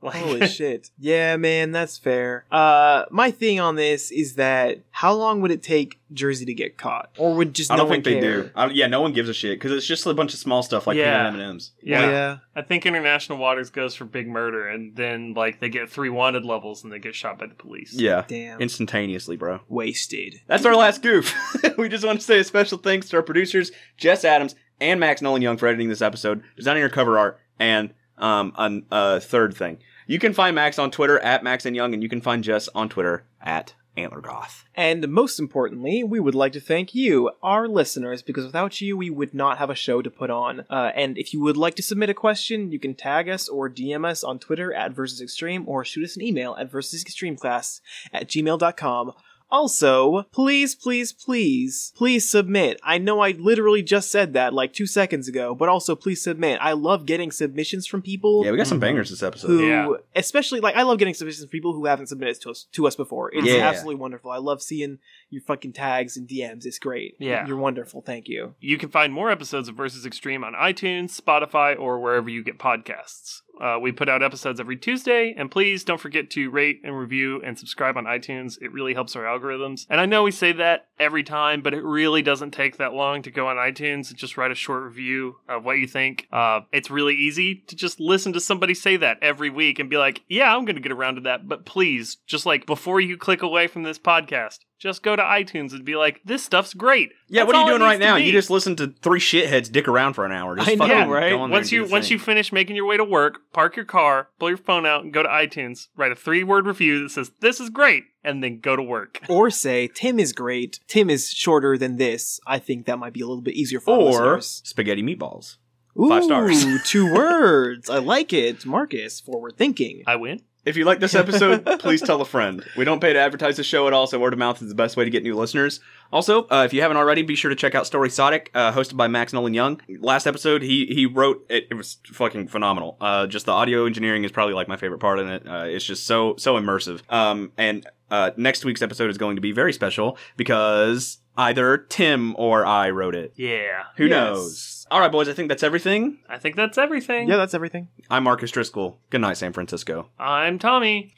Speaker 2: Like,
Speaker 3: Holy shit. Yeah, man, that's fair. Uh, my thing on this is that how long would it take Jersey to get caught? Or would just
Speaker 1: I
Speaker 3: no
Speaker 1: don't think
Speaker 3: one
Speaker 1: they
Speaker 3: care?
Speaker 1: do. I, yeah, no one gives a shit because it's just a bunch of small stuff like
Speaker 2: Yeah.
Speaker 1: peanut M&Ms.
Speaker 2: yeah.
Speaker 3: yeah.
Speaker 2: I think International Waters goes for big murder, and then like they get three wanted levels, and they get shot by the police.
Speaker 1: Yeah,
Speaker 3: Damn.
Speaker 1: instantaneously, bro.
Speaker 3: wasted.
Speaker 1: That's our last goof. we just want to say a special thanks to our producers, Jess Adams and Max Nolan Young, for editing this episode, designing our cover art, and um, an- a third thing. You can find Max on Twitter at Max and Young, and you can find Jess on Twitter at AntlerGoth.
Speaker 3: And most importantly, we would like to thank you, our listeners, because without you, we would not have a show to put on. Uh, and if you would like to submit a question, you can tag us or DM us on Twitter at Versus Extreme or shoot us an email at versusextremeclass at gmail.com. Also, please, please, please, please submit. I know I literally just said that like two seconds ago, but also please submit. I love getting submissions from people
Speaker 1: Yeah, we got some
Speaker 2: Mhm.
Speaker 1: bangers this episode.
Speaker 3: Mm-hmm. who
Speaker 2: Yeah.
Speaker 3: especially like I love getting submissions from people who haven't submitted to us to us before. It's
Speaker 1: Yeah.
Speaker 3: absolutely wonderful. I love seeing your fucking tags and DMs. It's great.
Speaker 2: Yeah.
Speaker 3: You're wonderful. Thank you.
Speaker 2: You can find more episodes of Versus Extreme on iTunes, Spotify, or wherever you get podcasts. Uh, we put out episodes every Tuesday, and please don't forget to rate and review and subscribe on iTunes. It really helps our algorithms. And I know we say that every time, but it really doesn't take that long to go on iTunes and just write a short review of what you think. Uh, it's really easy to just listen to somebody say that every week and be like, yeah, I'm going to get around to that. But please, just like before you click away from this podcast, Just go to iTunes and be like, this stuff's great.
Speaker 1: Yeah,
Speaker 2: That's
Speaker 1: what are
Speaker 2: all
Speaker 1: you
Speaker 2: it
Speaker 1: doing right
Speaker 2: needs to
Speaker 1: now?
Speaker 2: be.
Speaker 1: You just listen to three shitheads dick around for an hour. Just
Speaker 3: I know,
Speaker 1: fucking
Speaker 3: right?
Speaker 1: go on there
Speaker 2: once
Speaker 1: and do
Speaker 2: you
Speaker 1: the
Speaker 2: once
Speaker 1: thing.
Speaker 2: you finish making your way to work, park your car, pull your phone out, and go to iTunes. Write a three word review that says "This is great," and then go to work.
Speaker 3: Or say, Tim is great. Tim is shorter than this. I think that might be a little bit easier for our
Speaker 1: or
Speaker 3: listeners.
Speaker 1: spaghetti meatballs.
Speaker 3: Ooh,
Speaker 1: five stars.
Speaker 3: two words. I like it. Marcus, forward thinking.
Speaker 2: I win.
Speaker 1: If you like this episode, please tell a friend. We don't pay to advertise the show at all, so word of mouth is the best way to get new listeners. Also, uh, if you haven't already, be sure to check out Story Sonic, uh, hosted by Max Nolan Young. Last episode, he he wrote it, it was fucking phenomenal. Uh, just the audio engineering is probably like my favorite part in it. Uh, it's just so so immersive. Um, and uh, next week's episode is going to be very special because either Tim or I wrote it.
Speaker 2: Yeah,
Speaker 1: Who
Speaker 3: Yes.
Speaker 1: knows? All right, boys. I think that's everything.
Speaker 2: I think that's everything.
Speaker 3: Yeah, that's everything.
Speaker 1: I'm Marcus Driscoll. Good night, San Francisco.
Speaker 2: I'm Tommy.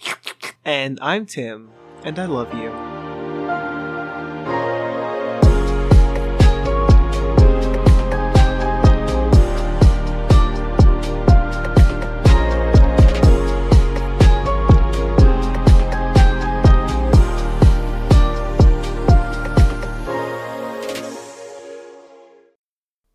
Speaker 3: And I'm Tim, and I love you.